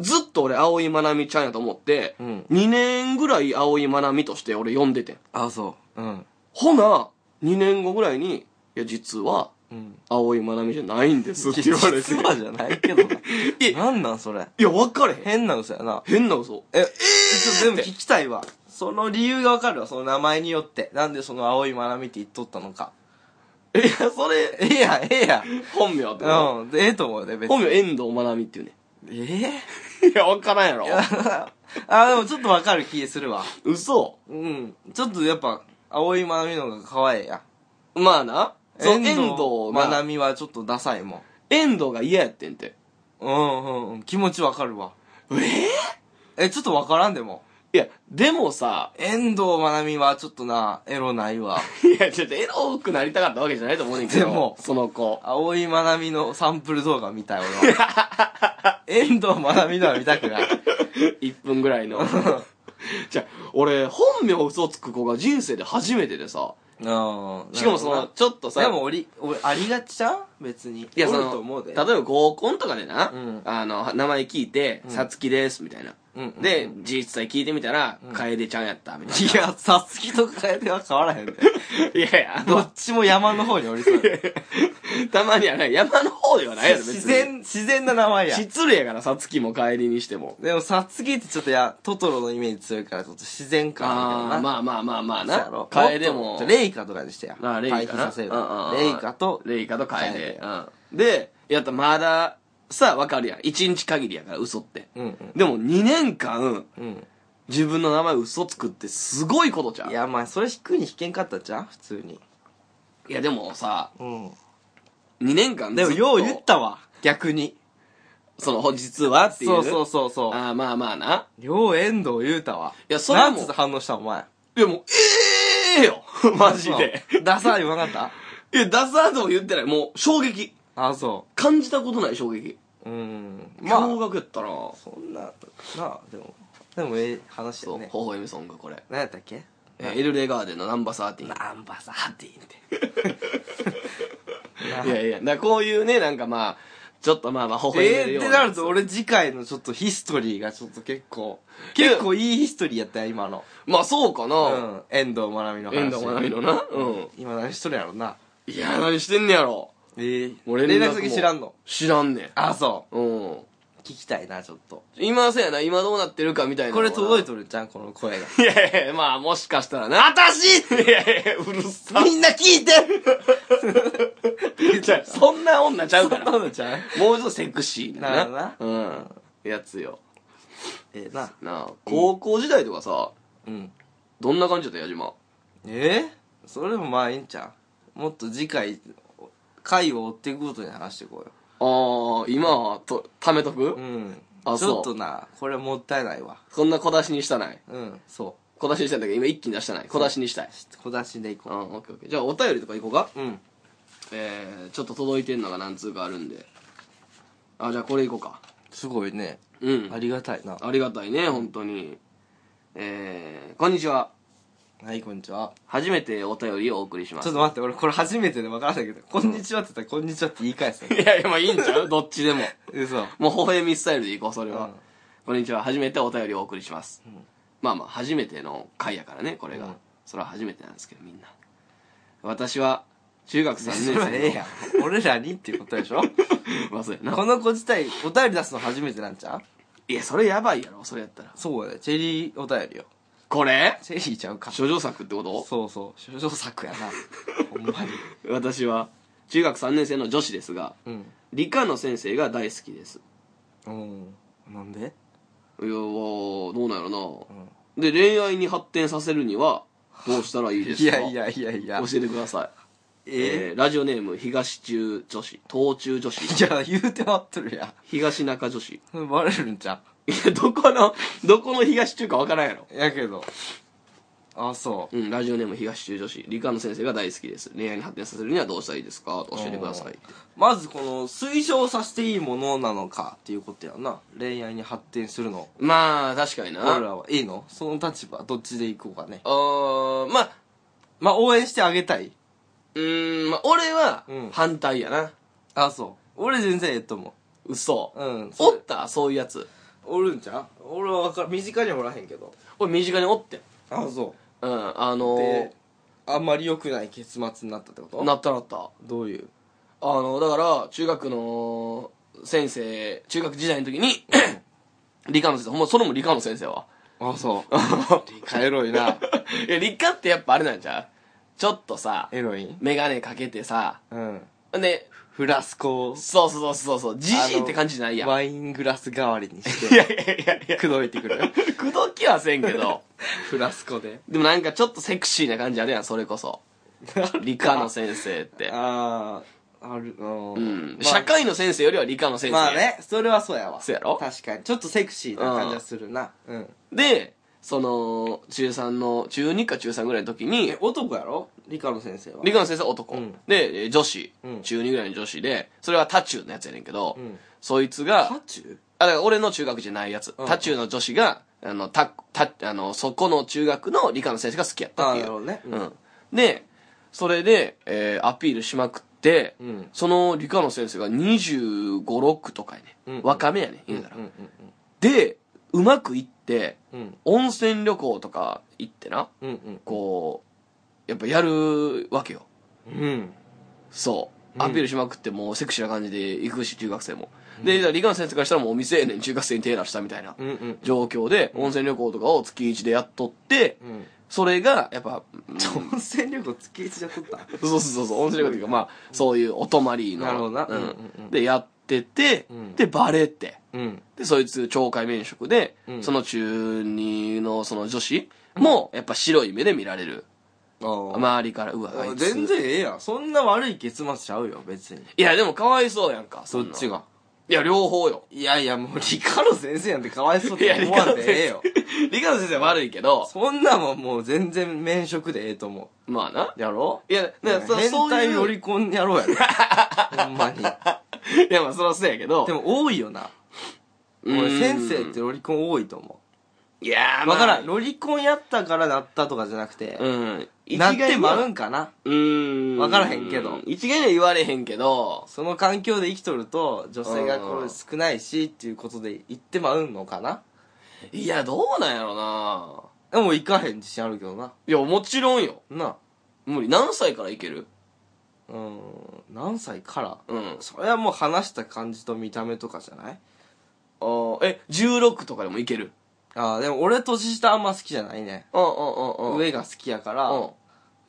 ずっと俺、青井まなみちゃんやと思って、
うん
2年ぐらい青井まなみとして俺呼んでてん。
あそううん
ほな、2年後ぐらいに、いや、実は、
うん
青井まなみじゃないんですって言われ
(laughs)
て。
実はじゃないけどな
え
なんなんそれ
いや、分かれへん。
変な嘘やな
変な嘘。
え、えちょっと全部聞きたいわ。その理由がわかるわ、その名前によって。なんでその青いまなみって言っとったのか。
いや、それ、
ええやん、ええやん。
本名ってこと
うん、でええと思うね、別に。
本名、遠藤まなみっていうね。
え
いや、分からんやろ
え (laughs) あ、でもちょっとわかる気するわ。
嘘。
うん。ちょっとやっぱ、青いまなみの方が可愛いや
まあな。
ん。
その遠藤
まな
が、
みはちょっとダサいもん。
遠藤が嫌やってんて。
うんうんうん、気持ちわかるわ。
ええ
え、ちょっとわからんでも。
いや、でもさ、
遠藤まなみはちょっとな、エロないわ。
いや、ちょっとエロくなりたかったわけじゃないと思うねんけど。
でも
その子。
青いまなみのサンプル動画見たい俺は (laughs) 遠藤まなみのは見たく (laughs) ない
1分ぐらいの。 (laughs) じゃあ俺、本名嘘つく子が人生で初めてでさ、し
し
かもその、ちょっとさ、
でも俺俺ありがちじゃん別に
いや、そ
おると思
の、
う
例え
で
ば合コンとかでな、
うん
あの、名前聞いて、
ん
さつきです、みたいな。
うんうん
で、実際聞いてみたら、かえでちゃんやった、みたい
いやさつきと楓は変わらへんで
な。いやいや、あ
ど
の
っちも山の方におりそうや
たまにはね、山の方ではないやろ、別に。
自然自然な名前や
失礼やから、さつきも帰りにしても。
でもさつきってちょっとやトトロのイメージ強いからちょっと自然感あるけ
あ
ど
ー
な
まあまあまあまあ
そうや
な
ろ。
楓で
っ
も
と。レイカとかにしてや
あレイカ
対比させるレイカと
レイカとカエ
楓
うん、でやったらまださわかるやん1日限りやから嘘って、
うんうん
でも2年間
うん
自分の名前嘘つくってすごいことじゃん
いやまあそれ引くに引けんかったじゃん普通に
いやでもさ
うん
2年間
でも
ずっ
よ
と
う言ったわ逆に
その実はっていう
そうそうそうそう
あーまあまあな
よう遠藤言うたわ
いやそれは
なん
もう
つって反応したお前
いやもうええよ (laughs) マジで
そうダサい言わなかっ
いや出さんとも言ってないもう衝撃
たあそ
感じたことない衝撃
ううんまあ
驚愕やったな、
そんななあでもでもええ話だ
そう微
よね
笑みソングこれ
何やったっけ
えーエルレガーデンのナンバーサーティン
アンバサーティーンって
(laughs) いやいや、だからこういうね、なんかまあ、ちょっとまあまあ、微笑め
え
る
え
よ
っ
う
て
な
な
や
る
つ。
と俺次回のちょっとヒストリーがちょっと結構
けど
結構いいヒストリーやったよ今の
まあそうか
う
な。
ん遠藤まなみの話
遠藤まなみのな。うん。
今何しとるやろない
や、何してんねやろ。
ええ
俺
連絡先知らんの
知らんねん。
あそ
うん。
う聞きたいなちょっと
今そうやな、今どうなってるかみたいな。
これ届い
て
とるじゃんこの声 (laughs) が
(laughs) いやいやいや、まあもしかしたらな。私いやいや、うるさ。
みんな聞いて
じゃそんな女ちゃうから。
そんな
もう
のちゃう
ちょっとセクシーな。
なるほ
うん。やつよ。
(laughs) ええな
なあ、高校時代とかさ、
うん
どんな感じだった矢島。
えー、それもまあいいんちゃうもっと次回回を追っていくことに話していこ
ああ、今は、と、貯めとく、
うようん
あ
ち
そう
ょっとなこれもったいないわ
そんな小出しにしたない。
うんそ
小出しにしたいんだけど、今一気に出したない。小出しにしたい。
う小出しでい
うん、
こ
オッケーオッケー。じゃあ、お便りとかいこうか。
ううん
えー、ちょっと届いてんのが何通かあるんで。あ、じゃあこれいこうか。
すごいね
うん。
ありがたいな
ありがたいね、本当に。えー、こんにちは。
はいこんにちは
初めてお便りをお送りしま
ちょ
す
っ。と待って俺これ初めてで分からないけど「こんにちは」って言ったら「こんにちは」って言い返す
いやいや、まあいいんち (laughs) ゃうどっちでも。
嘘
もう、微笑みスタイルでいこう、それは。
うん
こんにちは。初めてお便りをお送りします。
ん
まあまあ、初めての回やからね、これが。
うん
それは初めてなんですけど、みんな。私は、中学3年
そ
生の
れはええやん俺らにっていうことで (laughs) しょ
(laughs) まあそうやな
この子自体お便り出すの初めてなんちゃう
いやそれやばいやろそれやったら
そうだよチェリーお便りよ
これ
チェリーちゃうか
処女作ってこと
そうそう少女作 (laughs) やなほんまに
私は中学3年生の女子ですが
うん
理科の先生が大好きです
うんなんで
いやーどうなんやろな、で恋愛に発展させるにはどうしたら (laughs) いいで
い
すか
やいやいやいや
教えてください
え
えーラジオネーム東中女子東中女子
じゃあ言うてまっとるや
東中女子い
んバレるんちゃ
やどこのどこの東中かわからんやろ
うやけどあそう
うん、ラジオネーム東中女子理科の先生が大好きです恋愛に発展させるにはどうしたらいいですか教えてくださいって
まずこの推奨させていいものなのかっていうことやな恋愛に発展するの
まあ確かにな
俺らはいいのその立場どっちでいこうかね
あーまあ
まあ応援してあげたいう
ーん、まあ、俺は
うん
反対やな、
あそう俺全然ええと思
嘘
ううん
おったそういうやつ
おるんちゃう俺は分かる身近にはおらへんけど
俺身近におってん
あそ
うんあ
う
のー
で、あんまり良くない結末になったってこと
なったなった
どういう
あのだから中学の先生中学時代の時に (coughs) 理科の先生ほんまそれも理科の先生は
あそう理科 (laughs) エロ
(laughs)
いない
や理科ってやっぱあれなんちゃうちょっとさ
エロいん
眼鏡かけてさ
うん
で
フラスコを
そうそうそうそうじじいって感じじゃないやんい
ワイングラス代わりにし
や (laughs)
て
いやいやいや
口説いてくる (laughs)
口説きはせんけど
フラスコで
でもなんかちょっとセクシーな感じあるやんそれこそ理科の先生って
あああるうん、
うん、
まあ
社会の先生よりは理科の先生、
まあねそれはそうやわ
そうやろ
確かにちょっとセクシーな感じはするなうん
でその中3の中2か中3ぐらいの時に
え男やろ理科の先生は
理科の先生は男、
うん
でえー女子、
うん
中2ぐらいの女子でそれは他中のやつやねんけど、
うん
そいつ
タ
が
チュ
あだから俺の中学じゃないやつ、
うん
他中の女子があのたたあのそこの中学の理科の先生が好きやった
あ
って
あないる
う
ほどねう
うん、でそれで、えーアピールしまくって、
うん
その理科の先生が2 5 6とかやね、
うんうん
若めやね言うたら、
うん
でうまくいって
うんうん
温泉旅行とか行ってな
うんうん
こうやっぱやるわけよ
うん
そう
うん
アピールしまくってもうセクシーな感じで行くし中学生も、で理科の先生からしたらもうお店やねん中学生に手出したみたいな
うんうん
状況で温泉旅行とかを月1でやっとって
うん
それがやっぱ、うんそう
温泉旅行月一じゃとった
そうそうそう温泉旅行というかまあそういうお泊まりの
なるほどな
う
うんうんうんん
でやってて、
うん
でバレて
うん
でそいつ懲戒免職で、
うん
その中2のその女子もやっぱ白い目で見られる、
ああ
周りからうわあいつ
全然ええやんそんな悪い結末ちゃうよ別に
いやでもかわいそうやんかそ
そ
ん
っ
な
ちが
いや両方よ
いやいやもう理科の先生なんてかわいそうっ
いや
て
理
思わ
科
ん
の
で
先
ええ
生
よ
理科の先生は悪いけど
そんなもんもう全然免職でええと思
まあな
うやろ
いやだからそ
変
そう
態
いう
ロリコンやろうやろ (laughs) ほんまに
(laughs)
で
いやまあそらそうやけど
も多いよな
うん
俺先生ってロリコン多いと思
いや
う
ーま
わ
あ
からんロリコンやったからなったとかじゃなくて
うん
なってまる
ん
んかな
うーん
わからへんけど
一概には言われへんけど
その環境で生きとると女性がこれ少ないしっていうことで行ってまうのかない
やどうなんやろな
でも行かへん自信あるけどない
やもちろんよ
な
無理何歳からいける
うーん何歳から
うん
それはもう話した感じと見た目とかじゃない
あーえ16とかでもいける
ああでも俺年下あんま好きじゃないね
うんうんうんうん
上が好きやから
うん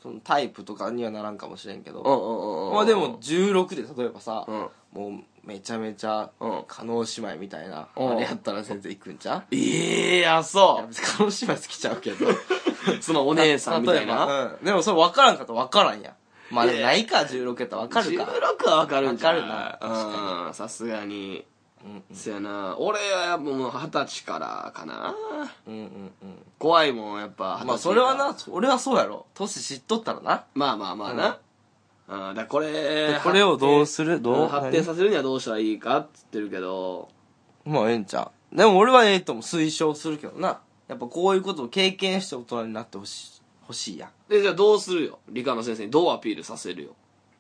そのタイプとかにはならんかもしれんけ
う
ど
んうんうん
まあでも16で例えばさ
うん
もうめちゃめちゃ
うん
加納姉妹みたいな
うん
あれやったら全然行くんちゃう
ええー、あそ
加納姉妹好きちゃうけど
うそのお姉さんみたいな、
例えばうん、でもそれ分からんかったら分からんやんまあでも
いや
ないか16やったら分かるか
16はわかるんじゃない
わかるな確
なうんさすがに
うん
そやな俺はやっぱもう二十歳からかな
うんうんうん
怖いもんやっぱ二十歳
まあそれはな俺はそうやろ年知っとったらな
まあまあまあな、うんだからこれ
これをどう
す
するどう
発展させるにはどうしたらいいかっつってるけど
まあええんちゃうでも俺はええとも推奨するけどなやっぱこういうことを経験して大人になってほしい欲しいやん
でじゃあどうするよ理科の先生にどうアピールさせるよ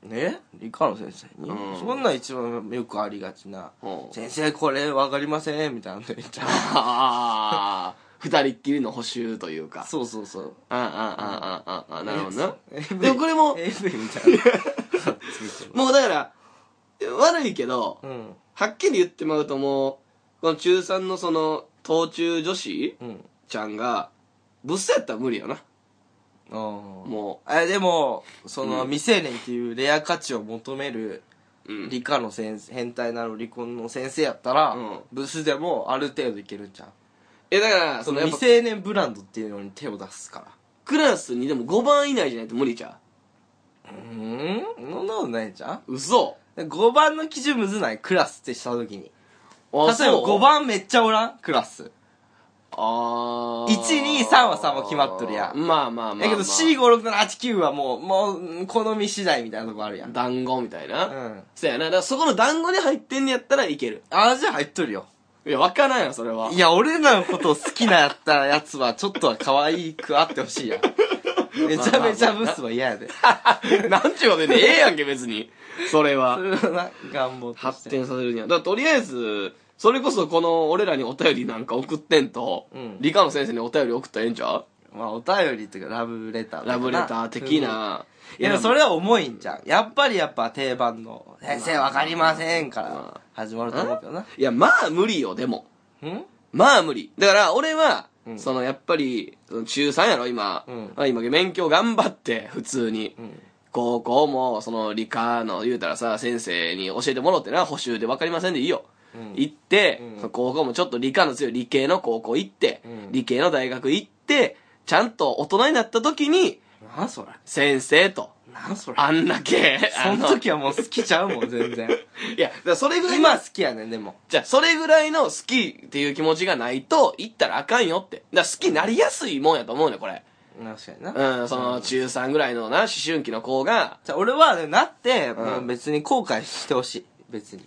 ね理科の先生に、
うん
そんなん一番よくありがちな
う
「
ん
先生これ分かりません」みたいなの言っちゃう
ああ二人っきりの補修というか
(laughs) そうそうそう
ああああああああなるほどな
えそう
でもこれも
AV みた (laughs) いな
もうだから悪いけど
うん
はっきり言ってまうともうこの中3のその東中女子
うん
ちゃんが物産やったら無理よな
あ
も
あえでもその、
うん
未成年っていうレア価値を求める
ううん
理科の先生変態なの離婚の先生やったら、
うん
ブスでもある程度いけるんちゃう
いやだからそのやっ
未
ぱ
成年ブランドっていうのに手を出すから
クラスにでも5番以内じゃないと無理じゃ
うんそんなことないじゃん
う嘘
5番の基準むずないクラスってした時に
例
例えば5番めっちゃおらんクラス
あー
123はさもう決まっとるやん
まあまあまあ、まあ、
だけど C5678 9はもうもう好み次第みたいなとこあるやん
団子みたいうな、
ん
そやなだからそこの団子に入ってんのやったらいける
あじゃあ入っとるよ
いや分からんよそれ
(laughs)
はい
や俺らのことを好きなやったやつはちょっとは可愛くあってほ (laughs) しいやんめちゃめちゃブスは嫌やで
(laughs) なんちゅうこと言うねんええやんけ別にそれは
それはな願望とし
発
て
展させるにはだからとりあえずそれこそこの俺らにお便りなんか送ってんと、
うん
理科の先生にお便り送ったらええんちゃ
まあお便りというかラブレター
う
とかな
ラブレター的な、
いやでもそれは重いんじゃんやっぱりやっぱ定番の「先生わかりません」か
まあ
ら始まると思うけどない
やまあ無理よでも
うん
まあ無理だから俺は、
うん
そのやっぱりその中3やろ今、
うん
まあ今勉強頑張って普通に、
ん
高校もその理科の言うたらさ先生に教えてもろってな補習で分かりませんでいいよ、
うん
行って、
うん
その高校もちょっと理科の強い理系の高校行って、
うん
理系の大学行ってちゃんと大人になった時に
なんそれ
先生と
なんそれ
あんだけ
その
あの
時はもう好きちゃうもん全然
いやだからそれぐらいの
今好きやねんでも
じゃあ、それぐらいの好きっていう気持ちがないと、行ったらあかんよって。だから好きになりやすいもんやと思うね、これ。
確かにな
うん、その、中3ぐらいのな、思春期の子が、
じゃあ俺はねなって
うん
もう別に後悔してほしい別に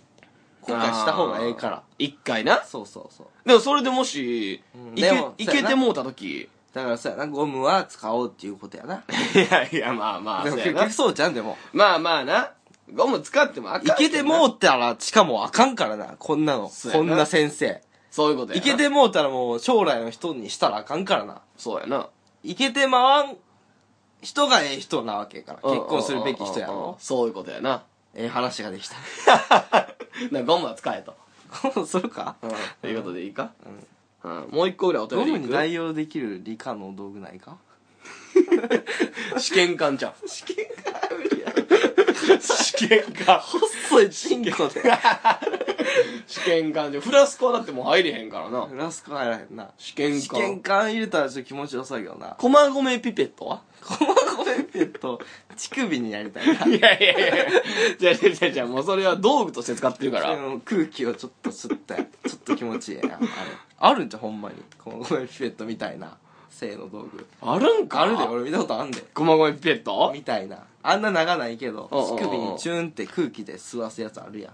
後悔した方がええから
一回な。
そうそうそう
でも、それでもし、
うん
い
でも
け、い
そう
け
やな
てもうた時
だからそうやなゴムは使おうっていうことやない
やいや、まあまあ、
で
そ
も
うや
結
な
局。そうじゃんでも
まあまあな。ゴム使ってもあかん
いけても
う、
うたらしかもあかんからなこんなの
そうや
こ
なん
な先生
そういうことや
い
な。
けてもうたらもう将来の人にしたらあかんからな
そうやな。
いけてまわん人がええ人なわけやから結婚するべき人や
うんうんうんうん
ろ
そういうことやな。
ええ話ができた (laughs)
な、ゴムは使えと。
それか
うん。ということでいいかうん。もう一個ぐらいお便
ゴ
りい
ム
く
に代用できる理科の道具な
(laughs)
いか
試験官じゃん。試験官試験官。
細いチンコで
試験官じゃん。フラスコはだってもう入れへんからな。
フラスコ入らへんな
試験
試験
官。
管入れたらちょっと気持ちよさいけどな
駒込ピペットは
こまごめペット乳首にやりたいない
やいやいやじゃあじゃあじゃあじゃあもうそれは道具として使ってるから。
うん空気をちょっと吸ってちょっと気持ちいいなあれあるんじゃほんまにこのゴムピペットみたいな性の道具
あるんか
あるで俺見たことあんで
駒込ピペット
みたいなあんな長ないけど
おうおうおう
乳首にチュンって空気で吸わすやつあるや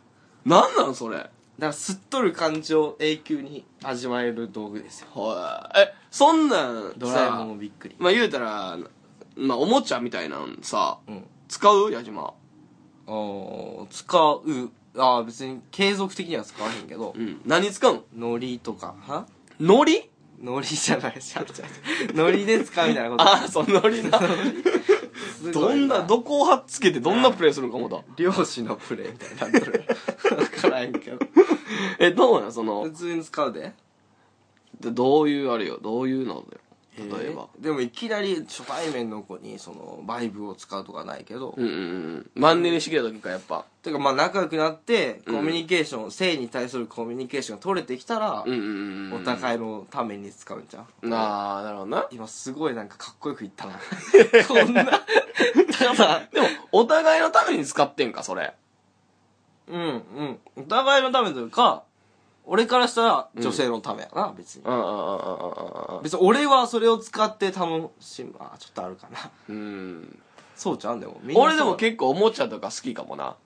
んだか
なんなんそれ
ら吸っとる感じを永久に味わえる道具ですよ
ほい。え、そんなん
ドラえもん
さ
もびっくり
まあ言うたら、まあおもちゃみたいなんさ、
うん
使う矢島。
あー使うあー別に継続的には使わへんけど
うん。何使うん
ノリとかは
海苔
ノリじゃないしゃべちゃノリで使うみたいなこと
ああ、その海苔な。
(laughs) すご
ど
い
んな、どこをはっつけてどんなプレイするのかもだ。
漁師のプレイみたいになっとる (laughs) わからんけど
え、どうなんそ
普
の、
通に使うで
どういうあれよ、どういうのだよ。例えば。
でもいきなり初対面の子にそのバイブを使うとかないけど、
うんうんうん。マンネリしてきた時か、やっぱ。
てかまあ仲良くなってコミュニケーション、性に対するコミュニケーションが取れてきたら
うん、うんうんうん。
お互いのために使うんじゃん
なあ、なるほどな。
今すごいなんかかっこよく言ったな (laughs) こんなただ
でも、お互いのために使ってんか、それ。
うんうんお互いのためというか俺からしたら女性のためやな、別に
うんうんうんうんうんうん
別に俺はそれを使って楽しむあちょっとあるかな
うん。
そうちゃうんでもみんなそう
俺でも結構おもちゃとか好きかもな。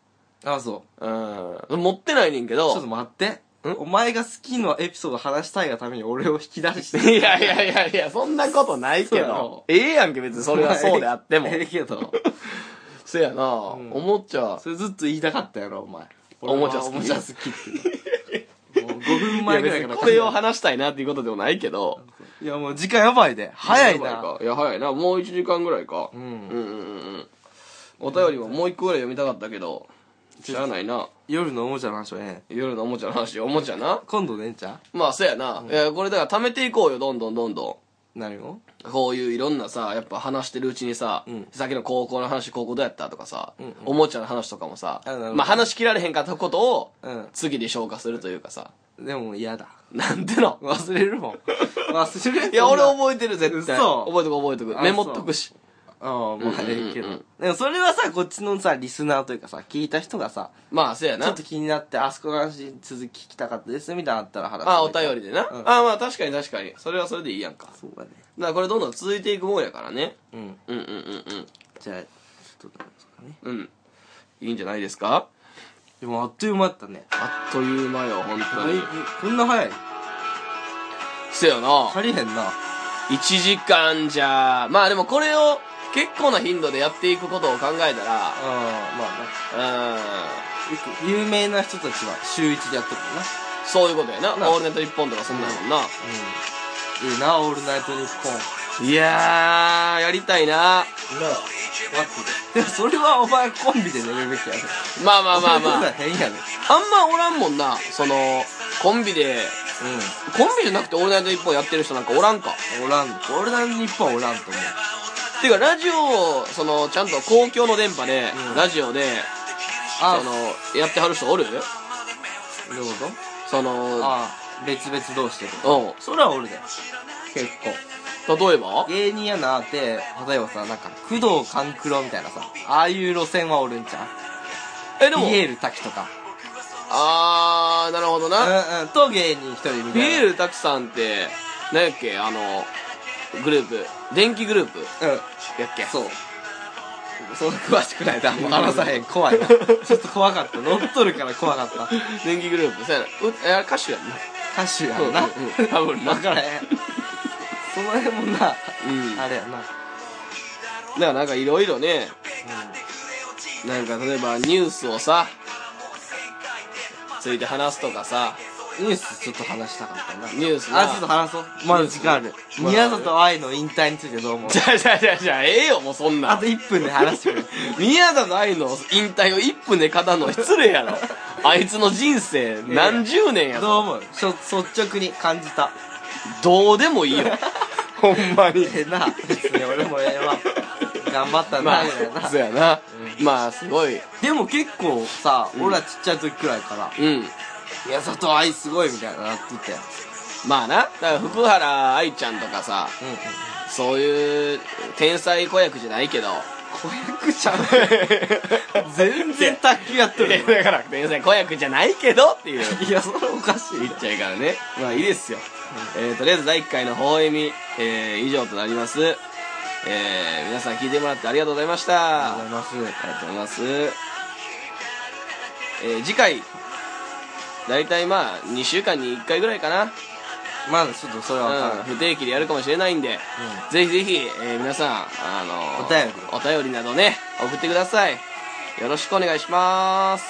あそう
うん。持ってないねんけ
ちょっと
ど。
待って。お前が好きのエピソード話したいがために俺を引き出して。
いやいやいやいや、そんなことないけど。ええやんけ、別にそれはそうであっても
(laughs) え。えけど。
せやな、おもちゃ。
それずっと言いたかったやろ、お前。
おもちゃ好き
おもちゃ好きって。もう5分前ぐらいから。
これを話したいなっていうことでもないけど。
いや、もう時間やばいで。早い
や
な。
ばいかいや、早いな。もう1時間ぐらいか。
う
うん
ん。
うんうんうん。お便りももう一個ぐらい読みたかったけど、知らないな。
夜のおもちゃの話はええ。
夜のおもちゃの話、おもちゃな。
今度ねんちゃ
まあ、そうやな。いや、これだから貯めていこうよ、どんどんどんど
ん何を
ん。こういういろんなさ、やっぱ話してるうちにさ、
うん
さっきの高校の話、高校どうやったとかさ、
うんうん
おもちゃの話とかもさ
あなるほ、ど
まあ話し切られへんかったことを、
うん。
次で消化するというかさ、
でも嫌だ
なんでな
(laughs) 忘
(laughs)
れるもん忘れる
いや俺
思
覚えてる絶対
嘘
覚えとく覚えとく
あ
メモっとくし
ああまあ
うんうんうんうん
ええけどでもそれはさこっちのさリスナーというかさ聞いた人がさ
まあそうや
ちょ
な
っと気になってあそこが続き聞きたかったですみたいなのあったら話
あお便
り
りでな、
うん
あまあ確かに確かにそれはそれでいいやんかだか
そうだね
らこれどんどん続いていくもんやからね
うん
うんうんうん
じゃあちょっとどうですかね
うんうんいいんじゃないですか
でもあっという間だったね
あっという間よ本当
だい
に
ぶこんな早い
せやな
足りへんな
1時間じゃまあでもこれを結構な頻度でやっていくことを考えたら
ああまあね
う
よく有名な人たちは週一でやってるもんな
ーんそういうことやな「
な
オールナイトニッポン」とかそんなんやもんな、
うんいいな「オールナイトニッポン」
いやーやりたいな
なあでもそれはお前コンビで寝るべきやね
まあまあまあまあ
変やね
あんまおらんもんなそのコンビで
う
コンビじゃなくて「オールナイトニッポン」やってる人なんかおらんか
んおらんオールナイトニッポンはおらんと思う
ていうかラジオそのちゃんと公共の電波で、
うん
ラジオで
あ
そのやってはる人おる
どういうこ
その
とああ別々同士で
うん
それは俺だよ結構
例えば
芸人やなーって例えばさなんか工藤官九郎みたいなさああいう路線はおるんちゃう
えでも
ピエール滝とか
あーなるほどな、
うんうんと芸人一人みたいな
ピエール拓さんって何やっけあのグループ電気グループ
うん
やっけ
そうそんな詳しくないとあんま話さへん怖いなちょっと怖かった乗っとるから怖かった
(laughs) 電気グループそうやなうえあれ歌手やんな
歌手やんな、
うんうん多分な
分からへんその辺もな、
うん
あれやな、うん、
だからなんかいろいろねなんか例えばニュースをさついて話すとかさ
ニュースちょっと話したかったな
ニュースな
あちょっと話そうまだ時間ある
スまだあ
宮
る
里愛の引退についてどう思う
じゃあじゃあじゃあじゃあええよもうそんな
あ
ん
と1分で話してくれ
宮田の愛の引退を1分で語るのは失礼やろあいつの人生何十年や
(laughs) どう
ぞ、
思うしょ率直に感じた
どうでもい
(laughs)
いよほんまに
ええ (laughs) な別に俺もええわ頑張った
ま
なみたいな、
あそうやな、まあすごい
でも結構さ、俺らちっちゃい時くらいから
うん
宮里愛すごいみたいななって言ったやん
まあなだから福原愛ちゃんとかさ
うんうん
そういう天才子役じゃないけど
子役ちゃん
(laughs)
全然卓球やっとる
だから天才子役じゃないけどっていう
いやそれおかしい
言っちゃいからねまあいいですよ、えー、とりあえず第1回の放映み、えー以上となります、えー、皆さん聞いてもらってありがとうございまし
あ
た
りがとうございます
ありがとうございます。えー次回、だいたいまあ、2週間に1回ぐらいかな。
まあちょっとそれは分から
うん、
ない、
不定期でやるかもしれないんで、
う
ぜひぜひ、えー皆さん、あの
お便り
お便りなどね、送ってください。よろしくお願いします。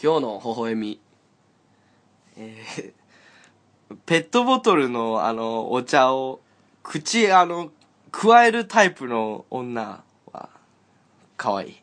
今日の微笑み。
えーペットボトルのあのお茶を口あの加えるタイプの女は可愛い